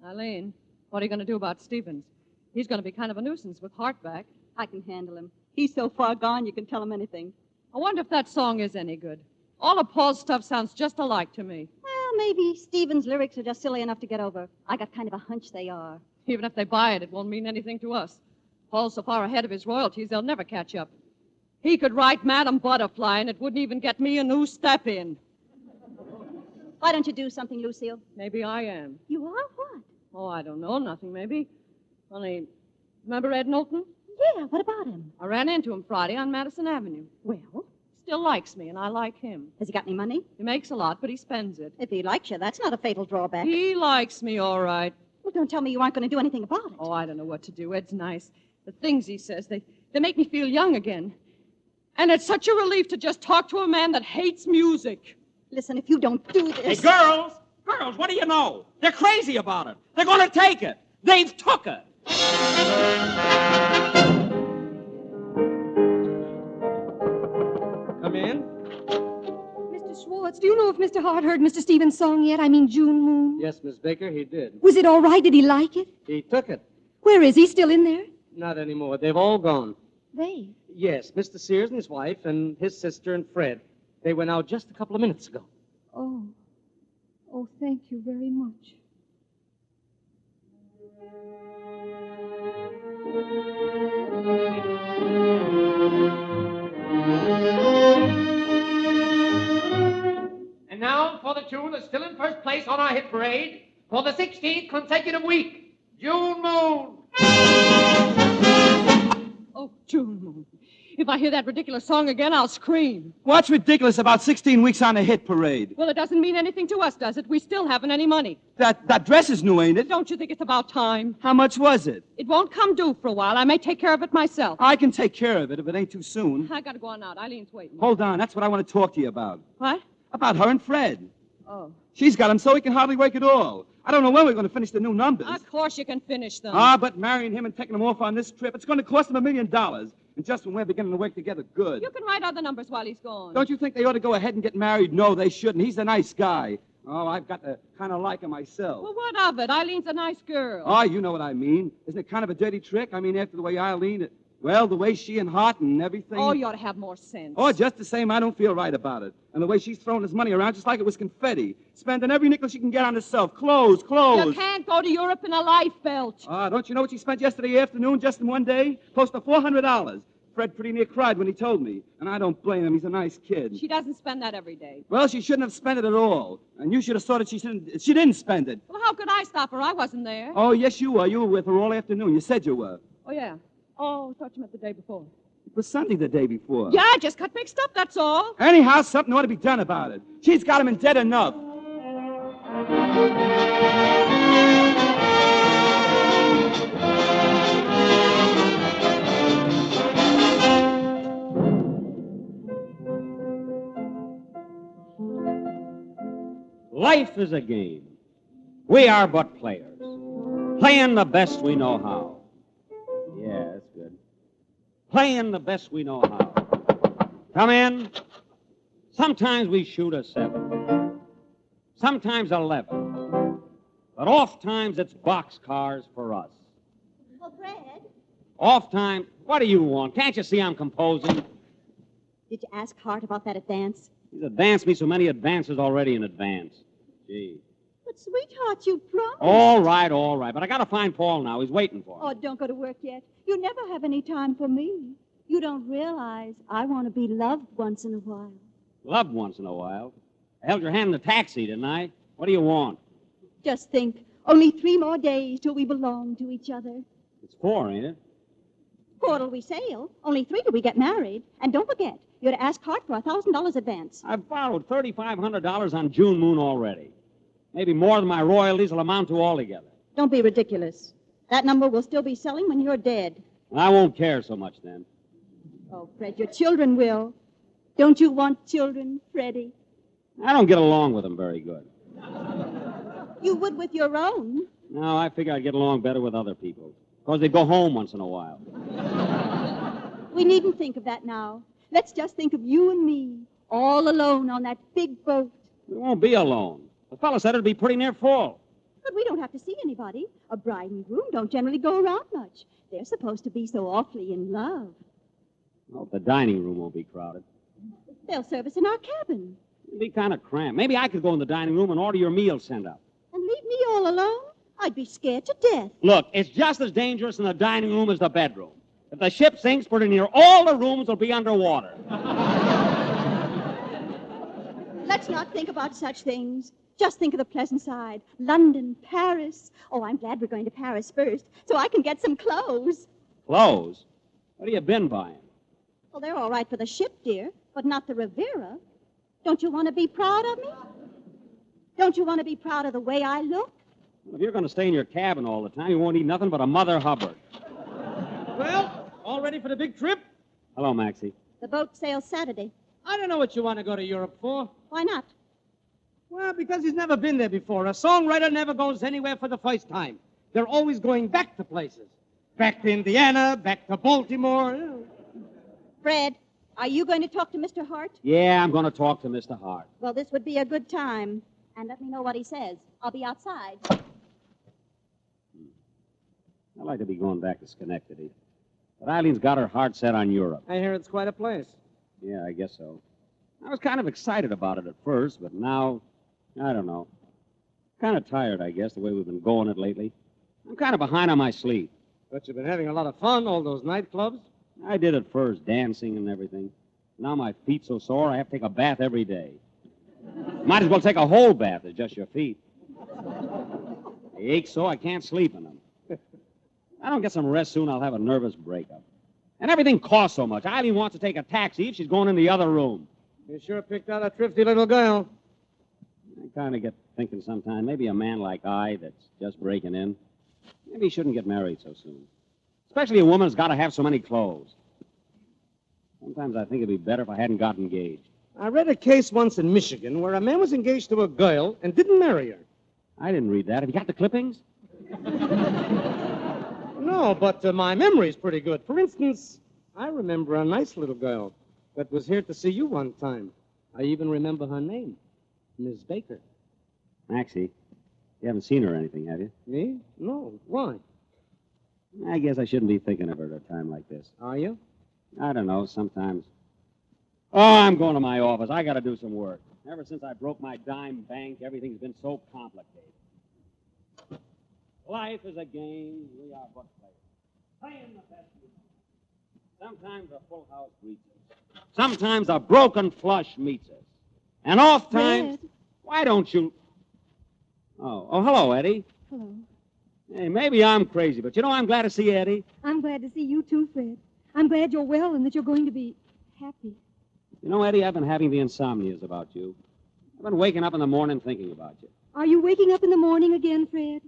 Eileen, what are you going to do about Stevens? He's going to be kind of a nuisance with Hart back. I can handle him. He's so far gone, you can tell him anything. I wonder if that song is any good. All of Paul's stuff sounds just alike to me, Well, maybe Stephen's lyrics are just silly enough to get over. I got kind of a hunch they are. even if they buy it, it won't mean anything to us. Paul's so far ahead of his royalties, they'll never catch up. He could write Madame Butterfly, and it wouldn't even get me a new step in. Why don't you do something, Lucille? Maybe I am. You are what? Oh, I don't know, nothing maybe. Only, remember Ed Knowlton? Yeah, what about him? I ran into him Friday on Madison Avenue. Well, Still likes me, and I like him. has he got any money? He makes a lot, but he spends it. If he likes you, that's not a fatal drawback. He likes me all right. Well, don't tell me you aren't going to do anything about it. Oh, I don't know what to do. Ed's nice. The things he says, they, they make me feel young again. And it's such a relief to just talk to a man that hates music. Listen, if you don't do Hey, girls! Girls, what do you know? They're crazy about it. They're gonna take it. They've took it. Come in. Mr. Schwartz, do you know if Mr. Hart heard Mr. Stevens' song yet? I mean, June Moon. Yes, Miss Baker, he did. Was it all right? Did he like it? He took it. Where is he? Still in there? Not anymore. They've all gone. They. Yes, Mr. Sears and his wife and his sister and Fred. They went out just a couple of minutes ago. Oh. Oh, thank you very much. And now for the tune that's still in first place on our hit parade for the 16th consecutive week, June Moon. Oh, June Moon. If I hear that ridiculous song again, I'll scream. What's ridiculous about 16 weeks on the hit parade? Well, it doesn't mean anything to us, does it? We still haven't any money. That that dress is new, ain't it? Don't you think it's about time? How much was it? It won't come due for a while. I may take care of it myself. I can take care of it if it ain't too soon. I gotta go on out. Eileen's waiting. Hold on, that's what I want to talk to you about. What? About her and Fred. Oh. She's got him so he can hardly work at all. I don't know when we're going to finish the new numbers. Of course you can finish them. Ah, but marrying him and taking him off on this trip, it's going to cost him a million dollars. And just when we're beginning to work together good. You can write other numbers while he's gone. Don't you think they ought to go ahead and get married? No, they shouldn't. He's a nice guy. Oh, I've got to kind of like him myself. Well, what of it? Eileen's a nice girl. Ah, you know what I mean. Isn't it kind of a dirty trick? I mean, after the way Eileen, well, the way she and Hart and everything. Oh, you ought to have more sense. Oh, just the same, I don't feel right about it. And the way she's throwing his money around just like it was confetti, spending every nickel she can get on herself. Clothes, You clothes. can't go to Europe in a life belt. Ah, don't you know what she spent yesterday afternoon just in one day? Close to four hundred dollars. Fred pretty near cried when he told me, and I don't blame him. He's a nice kid. She doesn't spend that every day. Well, she shouldn't have spent it at all, and you should have saw that she shouldn't. She didn't spend it. Well, how could I stop her? I wasn't there. Oh, yes, you were. You were with her all afternoon. You said you were. Oh, yeah. Oh, I thought you meant the day before. It was Sunday the day before. Yeah, I just got mixed up, that's all. Anyhow, something ought to be done about it. She's got him in debt enough. Life is a game. We are but players, playing the best we know how. Yeah, that's good. Playing the best we know how. Come in. Sometimes we shoot a seven, sometimes eleven, but oft times it's boxcars for us. Oh, Fred, Off time, what do you want? Can't you see I'm composing? did you ask Hart about that at dance? He's advanced me so many advances already in advance. Gee. But sweetheart, you promised. All right, all right. But I gotta find Paul now. He's waiting for me. Oh, don't go to work yet. You never have any time for me. You don't realize I want to be loved once in a while. Loved once in a while. I held your hand in the taxi, didn't I? What do you want? Just think, only three more days till we belong to each other. It's four, ain't it? Four till we sail, only three till we get married. And don't forget, you're to ask Hart for a thousand dollars advance. I've borrowed thirty-five hundred dollars on June Moon already. Maybe more than my royalties will amount to altogether. Don't be ridiculous. That number will still be selling when you're dead. And I won't care so much then. Oh, Fred, your children will. Don't you want children, Freddie? I don't get along with them very good. You would with your own. No, I figure I'd get along better with other people. Because they go home once in a while. We needn't think of that now. Let's just think of you and me, all alone on that big boat. We won't be alone. The fellow said it'd be pretty near full. But we don't have to see anybody. A bride and groom don't generally go around much. They're supposed to be so awfully in love. Oh, the dining room won't be crowded. They'll serve us in our cabin It'd be kind of cramped. Maybe I could go in the dining room and order your meal sent up. and leave me all alone. I'd be scared to death. Look, it's just as dangerous in the dining room as the bedroom. If the ship sinks pretty near all the rooms will be underwater. Let's not think about such things. Just think of the pleasant side London, Paris. Oh, I'm glad we're going to Paris first so I can get some clothes. Clothes? What have you been buying? Well, they're all right for the ship, dear, but not the Rivera. Don't you want to be proud of me? Don't you want to be proud of the way I look? If you're going to stay in your cabin all the time, you won't eat nothing but a Mother Hubbard. Well, all ready for the big trip? Hello, Maxie. The boat sails Saturday. I don't know what you want to go to Europe for. Why not? Well, because he's never been there before. A songwriter never goes anywhere for the first time. They're always going back to places. Back to Indiana, back to Baltimore. you know. Fred, are you going to talk to Mr. Hart? Yeah, I'm going to talk to Mr. Hart. Well, this would be a good time. And let me know what he says. I'll be outside. I'd like to be going back to Schenectady. But Eileen's got her heart set on Europe. I hear it's quite a place. Yeah, I guess so. I was kind of excited about it at first, but now, I don't know. Kind of tired, I guess, the way we've been going it lately. I'm kind of behind on my sleep. But you've been having a lot of fun, all those nightclubs. I did at first, dancing and everything. Now my feet so sore, I have to take a bath every day. Might as well take a whole bath as just your feet. They ache so I can't sleep in them. I don't get some rest soon, I'll have a nervous breakup. And everything costs so much. Eileen wants to take a taxi if she's going in the other room. You sure picked out a thrifty little girl. I kind of get thinking sometime, maybe a man like I that's just breaking in, maybe he shouldn't get married so soon. Especially a woman that's got to have so many clothes. Sometimes I think it'd be better if I hadn't got engaged. I read a case once in Michigan where a man was engaged to a girl and didn't marry her. I didn't read that. Have you got the clippings? No, but uh, my memory's pretty good. For instance, I remember a nice little girl that was here to see you one time. I even remember her name, Miss Baker. Maxie, you haven't seen her or anything, have you? Me? No. Why? I guess I shouldn't be thinking of her at a time like this. Are you? I don't know, sometimes. Oh, I'm going to my office. I got to do some work. Ever since I broke my dime bank, everything's been so complicated. Life is a game. We are but players. Playing the best we can. Sometimes a full house greets us. Sometimes a broken flush meets us. And oft times, why don't you? Oh, oh, hello, Eddie. Hello. Hey, maybe I'm crazy, but you know I'm glad to see you, Eddie. I'm glad to see you too, Fred. I'm glad you're well and that you're going to be happy. You know, Eddie, I've been having the insomnias about you. I've been waking up in the morning thinking about you. Are you waking up in the morning again, Fred?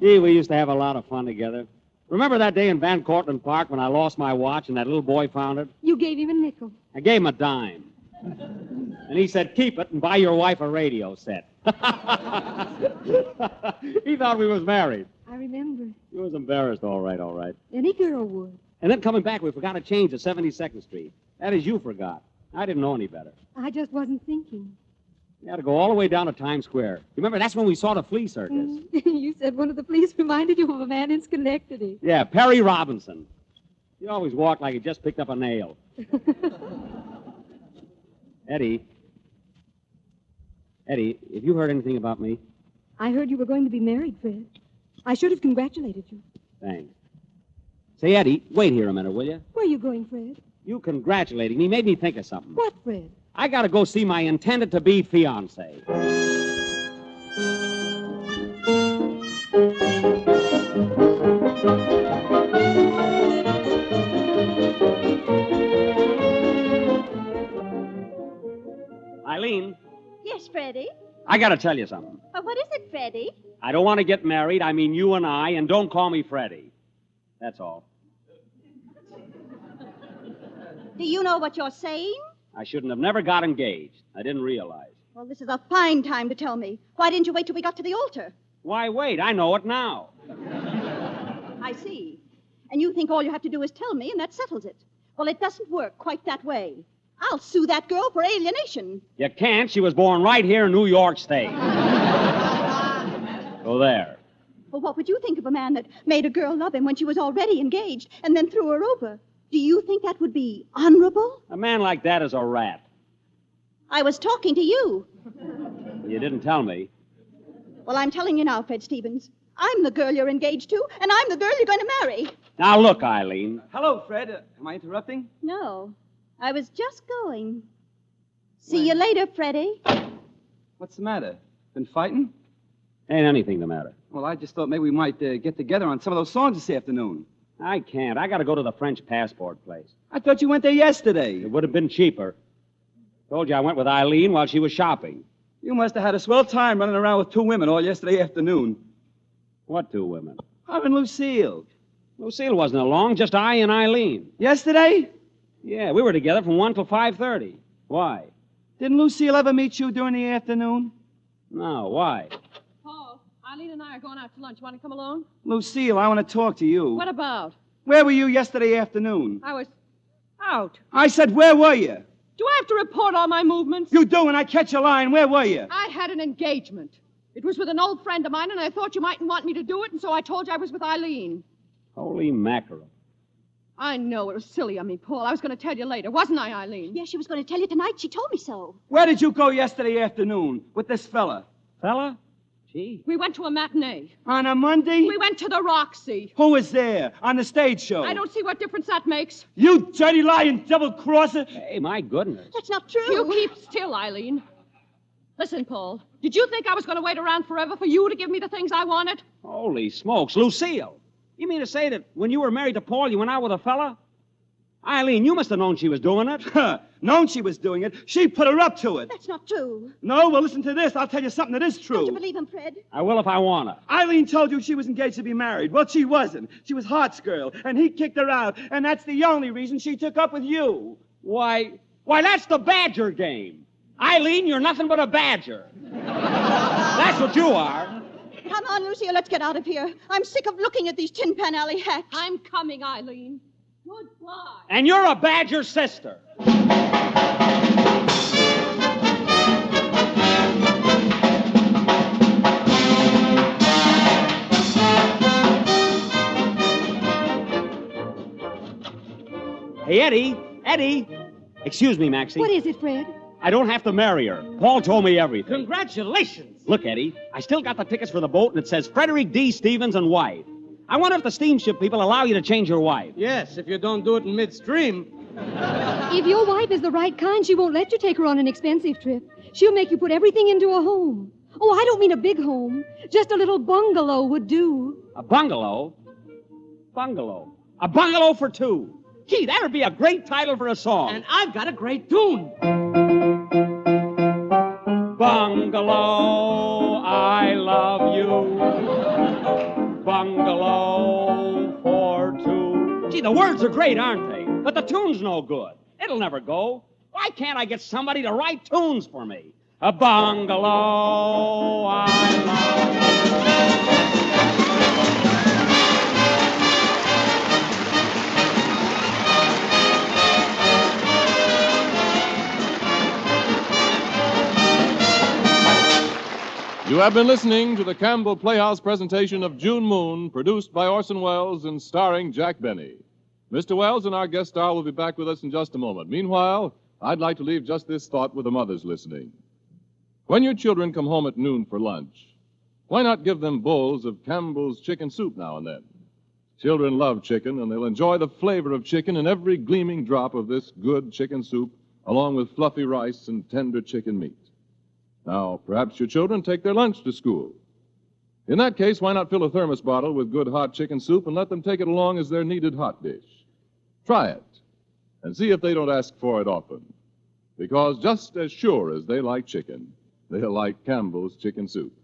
Gee, we used to have a lot of fun together. Remember that day in Van Cortlandt Park when I lost my watch and that little boy found it? You gave him a nickel. I gave him a dime. And he said, keep it and buy your wife a radio set. he thought we was married. I remember. He was embarrassed, all right, all right. Any girl would. And then coming back, we forgot to change to 72nd Street. That is, you forgot. I didn't know any better. I just wasn't thinking. You had to go all the way down to Times Square. Remember, that's when we saw the flea circus. you said one of the police reminded you of a man in Schenectady. Yeah, Perry Robinson. He always walked like he just picked up a nail. Eddie. Eddie, have you heard anything about me? I heard you were going to be married, Fred. I should have congratulated you. Thanks. Say, Eddie, wait here a minute, will you? Where are you going, Fred? You congratulating me made me think of something. What, Fred? I gotta go see my intended to be fiance. Eileen, Yes, Freddie. I gotta tell you something. Uh, what is it, Freddie? I don't want to get married. I mean, you and I, and don't call me Freddie. That's all. Do you know what you're saying? I shouldn't have never got engaged. I didn't realize. Well, this is a fine time to tell me. Why didn't you wait till we got to the altar? Why, wait, I know it now. I see. And you think all you have to do is tell me, and that settles it. Well, it doesn't work quite that way. I'll sue that girl for alienation. You can't. She was born right here in New York State. So there. Well, what would you think of a man that made a girl love him when she was already engaged and then threw her over? Do you think that would be honorable? A man like that is a rat. I was talking to you. You didn't tell me. Well, I'm telling you now, Fred Stevens. I'm the girl you're engaged to, and I'm the girl you're going to marry. Now look, Eileen. Hello, Fred. Uh, am I interrupting? No, I was just going. See you later, Freddie. What's the matter? Been fighting? Ain't anything the matter. Well, I just thought maybe we might uh, get together on some of those songs this afternoon. I can't. I gotta go to the French passport place. I thought you went there yesterday. It would have been cheaper. Told you I went with Eileen while she was shopping. You must have had a swell time running around with two women all yesterday afternoon. What two women? Her and Lucille. Lucille wasn't along, just I and Eileen. Yesterday? Yeah, we were together from 1 till 5.30. Why? Didn't Lucille ever meet you during the afternoon? No, why? Paul, Eileen and I are going out to lunch. Want to come along? Lucille, I want to talk to you. What about? Where were you yesterday afternoon? I was out. I said, where were you? Do I have to report all my movements? You do, and I catch a line. Where were you? I had an engagement. It was with an old friend of mine, and I thought you mightn't want me to do it, and so I told you I was with Eileen. Holy mackerel. I know it was silly of me, Paul. I was going to tell you later, wasn't I, Eileen? Yes, she was going to tell you tonight. She told me so. Where did you go yesterday afternoon with this fella? Fella? Gee. We went to a matinee. On a Monday? We went to the Roxy. Who was there? On the stage show? I don't see what difference that makes. You dirty lying double crosser! Hey, my goodness. That's not true. You keep still, Eileen. Listen, Paul, did you think I was going to wait around forever for you to give me the things I wanted? Holy smokes, Lucille. You mean to say that when you were married to Paul, you went out with a fella? Eileen, you must have known she was doing it. known she was doing it. She put her up to it. That's not true. No, well, listen to this. I'll tell you something that is true. Don't you believe him, Fred? I will if I want to. Eileen told you she was engaged to be married. Well, she wasn't. She was Hart's girl, and he kicked her out, and that's the only reason she took up with you. Why, why, that's the badger game. Eileen, you're nothing but a badger. that's what you are. Come on, Lucia, let's get out of here. I'm sick of looking at these Tin Pan Alley hacks. I'm coming, Eileen. Goodbye. And you're a badger sister. Hey, Eddie. Eddie. Excuse me, Maxie. What is it, Fred? I don't have to marry her. Paul told me everything. Congratulations. Look, Eddie, I still got the tickets for the boat, and it says Frederick D. Stevens and wife. I wonder if the steamship people allow you to change your wife. Yes, if you don't do it in midstream. If your wife is the right kind, she won't let you take her on an expensive trip. She'll make you put everything into a home. Oh, I don't mean a big home. Just a little bungalow would do. A bungalow? Bungalow. A bungalow for two. Gee, that would be a great title for a song. And I've got a great tune. Bungalow, I love you. Bungalow for two. Gee, the words are great, aren't they? But the tune's no good. It'll never go. Why can't I get somebody to write tunes for me? A bungalow, I love you. You have been listening to the Campbell Playhouse presentation of June Moon, produced by Orson Welles and starring Jack Benny. Mr. Wells and our guest star will be back with us in just a moment. Meanwhile, I'd like to leave just this thought with the mothers listening. When your children come home at noon for lunch, why not give them bowls of Campbell's chicken soup now and then? Children love chicken, and they'll enjoy the flavor of chicken in every gleaming drop of this good chicken soup, along with fluffy rice and tender chicken meat. Now, perhaps your children take their lunch to school. In that case, why not fill a thermos bottle with good hot chicken soup and let them take it along as their needed hot dish? Try it and see if they don't ask for it often. Because just as sure as they like chicken, they'll like Campbell's chicken soup.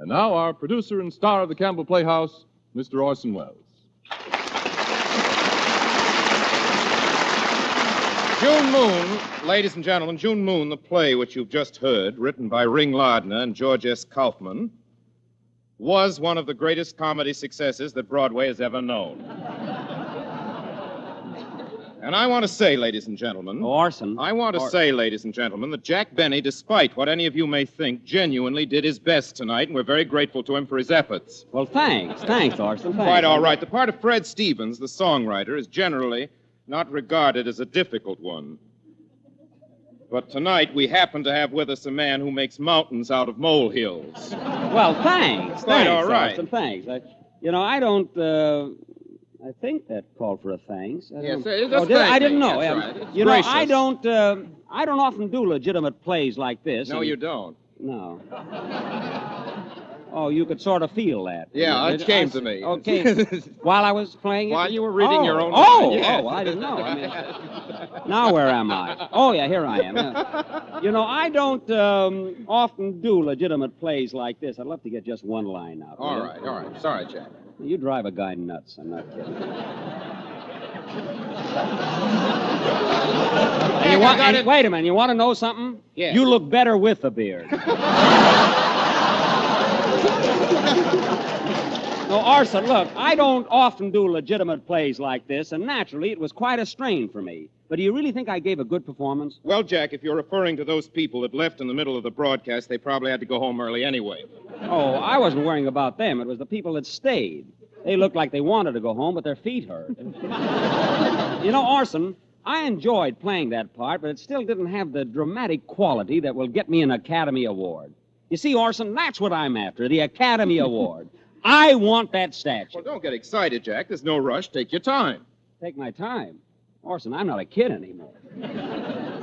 And now, our producer and star of the Campbell Playhouse, Mr. Orson Welles. June Moon, ladies and gentlemen, June Moon, the play which you've just heard, written by Ring Lardner and George S. Kaufman, was one of the greatest comedy successes that Broadway has ever known. and I want to say, ladies and gentlemen, Oh, Orson. I want to Or- say, ladies and gentlemen, that Jack Benny, despite what any of you may think, genuinely did his best tonight, and we're very grateful to him for his efforts. Well, thanks. Thanks, Orson. Thanks. Quite all right. The part of Fred Stevens, the songwriter, is generally not regarded as a difficult one. But tonight we happen to have with us a man who makes mountains out of molehills. Well, thanks. Quite thanks, all right. Orson, thanks. I, you know, I don't. Uh, I think that called for a thanks. I Yes, don't- sir, it's a Oh, did I? I thank didn't me. know. That's Um, right. It's You know, I gracious. don't. Uh, I don't often do legitimate plays like this. No, and- you don't. No. Oh, you could sort of feel that. Yeah, You it did? came I to see. me. Okay. While I was playing it. While you were reading Oh, your own Oh, line, yes. oh, I didn't know. I mean, now where am I? Oh yeah, here I am. Yeah. You know, I don't um, often do legitimate plays like this. I'd love to get just one line out. All will you? right, all right. Sorry, Jack. You drive a guy nuts. I'm not kidding. And you I want, got and- it. wait a minute. You want to know something? Yeah. You look better with a beard. no, Arson, look, I don't often do legitimate plays like this, and naturally it was quite a strain for me. But do you really think I gave a good performance? Well, Jack, if you're referring to those people that left in the middle of the broadcast, they probably had to go home early anyway. Oh, I wasn't worrying about them. It was the people that stayed. They looked like they wanted to go home, but their feet hurt. you know, Arson, I enjoyed playing that part, but it still didn't have the dramatic quality that will get me an Academy Award. You see, Orson, that's what I'm after the Academy Award. I want that statue. Well, don't get excited, Jack. There's no rush. Take your time. Take my time. Orson, I'm not a kid anymore.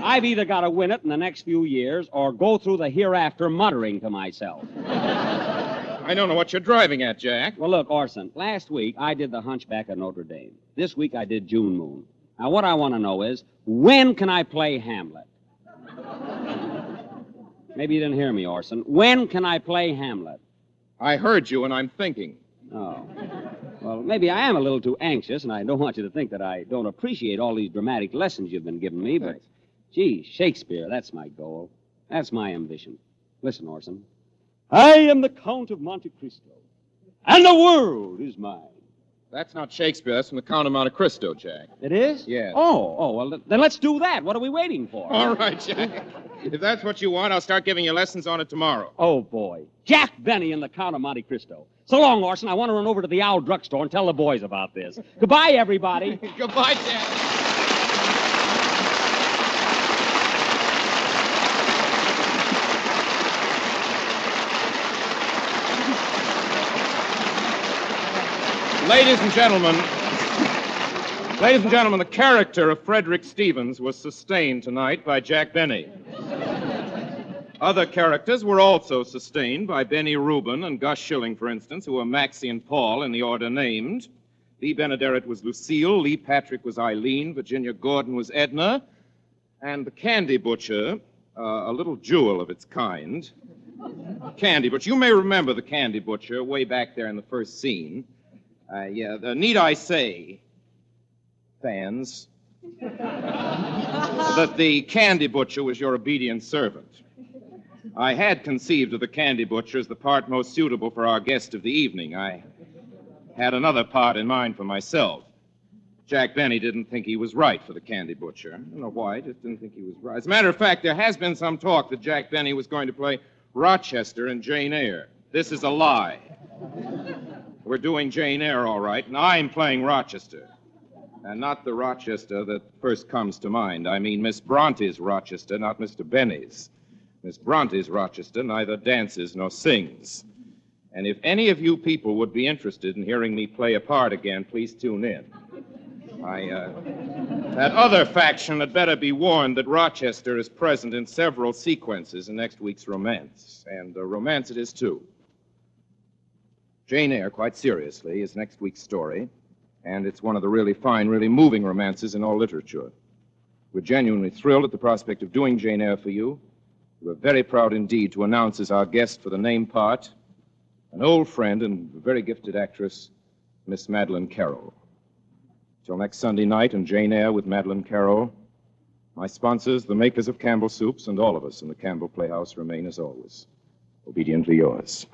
I've either got to win it in the next few years or go through the hereafter muttering to myself. I don't know what you're driving at, Jack. Well, look, Orson, last week I did The Hunchback of Notre Dame. This week I did June Moon. Now, what I want to know is when can I play Hamlet? Maybe you didn't hear me, Orson. When can I play Hamlet? I heard you, and I'm thinking. Oh. Well, maybe I am a little too anxious, and I don't want you to think that I don't appreciate all these dramatic lessons you've been giving me, but gee, Shakespeare, that's my goal. That's my ambition. Listen, Orson. I am the Count of Monte Cristo, and the world is mine. That's not Shakespeare. That's from the Count of Monte Cristo, Jack. It is? Yes. Oh, oh, well, then let's do that. What are we waiting for? All right, Jack. If that's what you want, I'll start giving you lessons on it tomorrow. Oh, boy. Jack Benny and the Count of Monte Cristo. So long, Orson. I want to run over to the Owl Drugstore and tell the boys about this. Goodbye, everybody. Goodbye, Jack. Ladies and gentlemen, ladies and gentlemen, the character of Frederick Stevens was sustained tonight by Jack Benny. Other characters were also sustained by Benny Rubin and Gus Schilling, for instance, who were Maxie and Paul in the order named. Lee Benederet was Lucille, Lee Patrick was Eileen, Virginia Gordon was Edna, and the Candy Butcher, uh, a little jewel of its kind. Candy Butcher. You may remember the Candy Butcher way back there in the first scene. Uh, yeah, the, need I say, fans, that the Candy Butcher was your obedient servant. I had conceived of the Candy Butcher as the part most suitable for our guest of the evening. I had another part in mind for myself. Jack Benny didn't think he was right for the Candy Butcher. I don't know why, just didn't think he was right. As a matter of fact, there has been some talk that Jack Benny was going to play Rochester in Jane Eyre. This is a lie. We're doing Jane Eyre all right, and I'm playing Rochester. And not the Rochester that first comes to mind. I mean Miss Bronte's Rochester, not Mr. Benny's. Miss Bronte's Rochester neither dances nor sings. And if any of you people would be interested in hearing me play a part again, please tune in. I, uh, that other faction had better be warned that Rochester is present in several sequences in next week's romance. And uh, romance it is, too. Jane Eyre, quite seriously, is next week's story. And it's one of the really fine, really moving romances in all literature. We're genuinely thrilled at the prospect of doing Jane Eyre for you. We're very proud indeed to announce as our guest for the name part an old friend and very gifted actress, Miss Madeline Carroll. Till next Sunday night in Jane Eyre with Madeline Carroll, my sponsors, the makers of Campbell Soups, and all of us in the Campbell Playhouse remain as always. Obediently yours.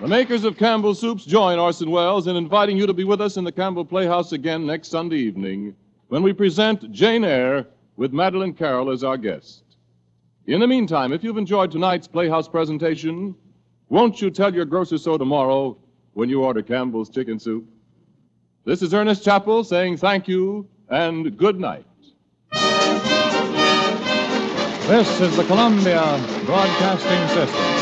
The makers of Campbell Soups join Orson Welles in inviting you to be with us in the Campbell Playhouse again next Sunday evening when we present Jane Eyre with Madeline Carroll as our guest. In the meantime, if you've enjoyed tonight's Playhouse presentation, won't you tell your grocer so tomorrow when you order Campbell's chicken soup? This is Ernest Chappell saying thank you and good night. This is the Columbia Broadcasting System.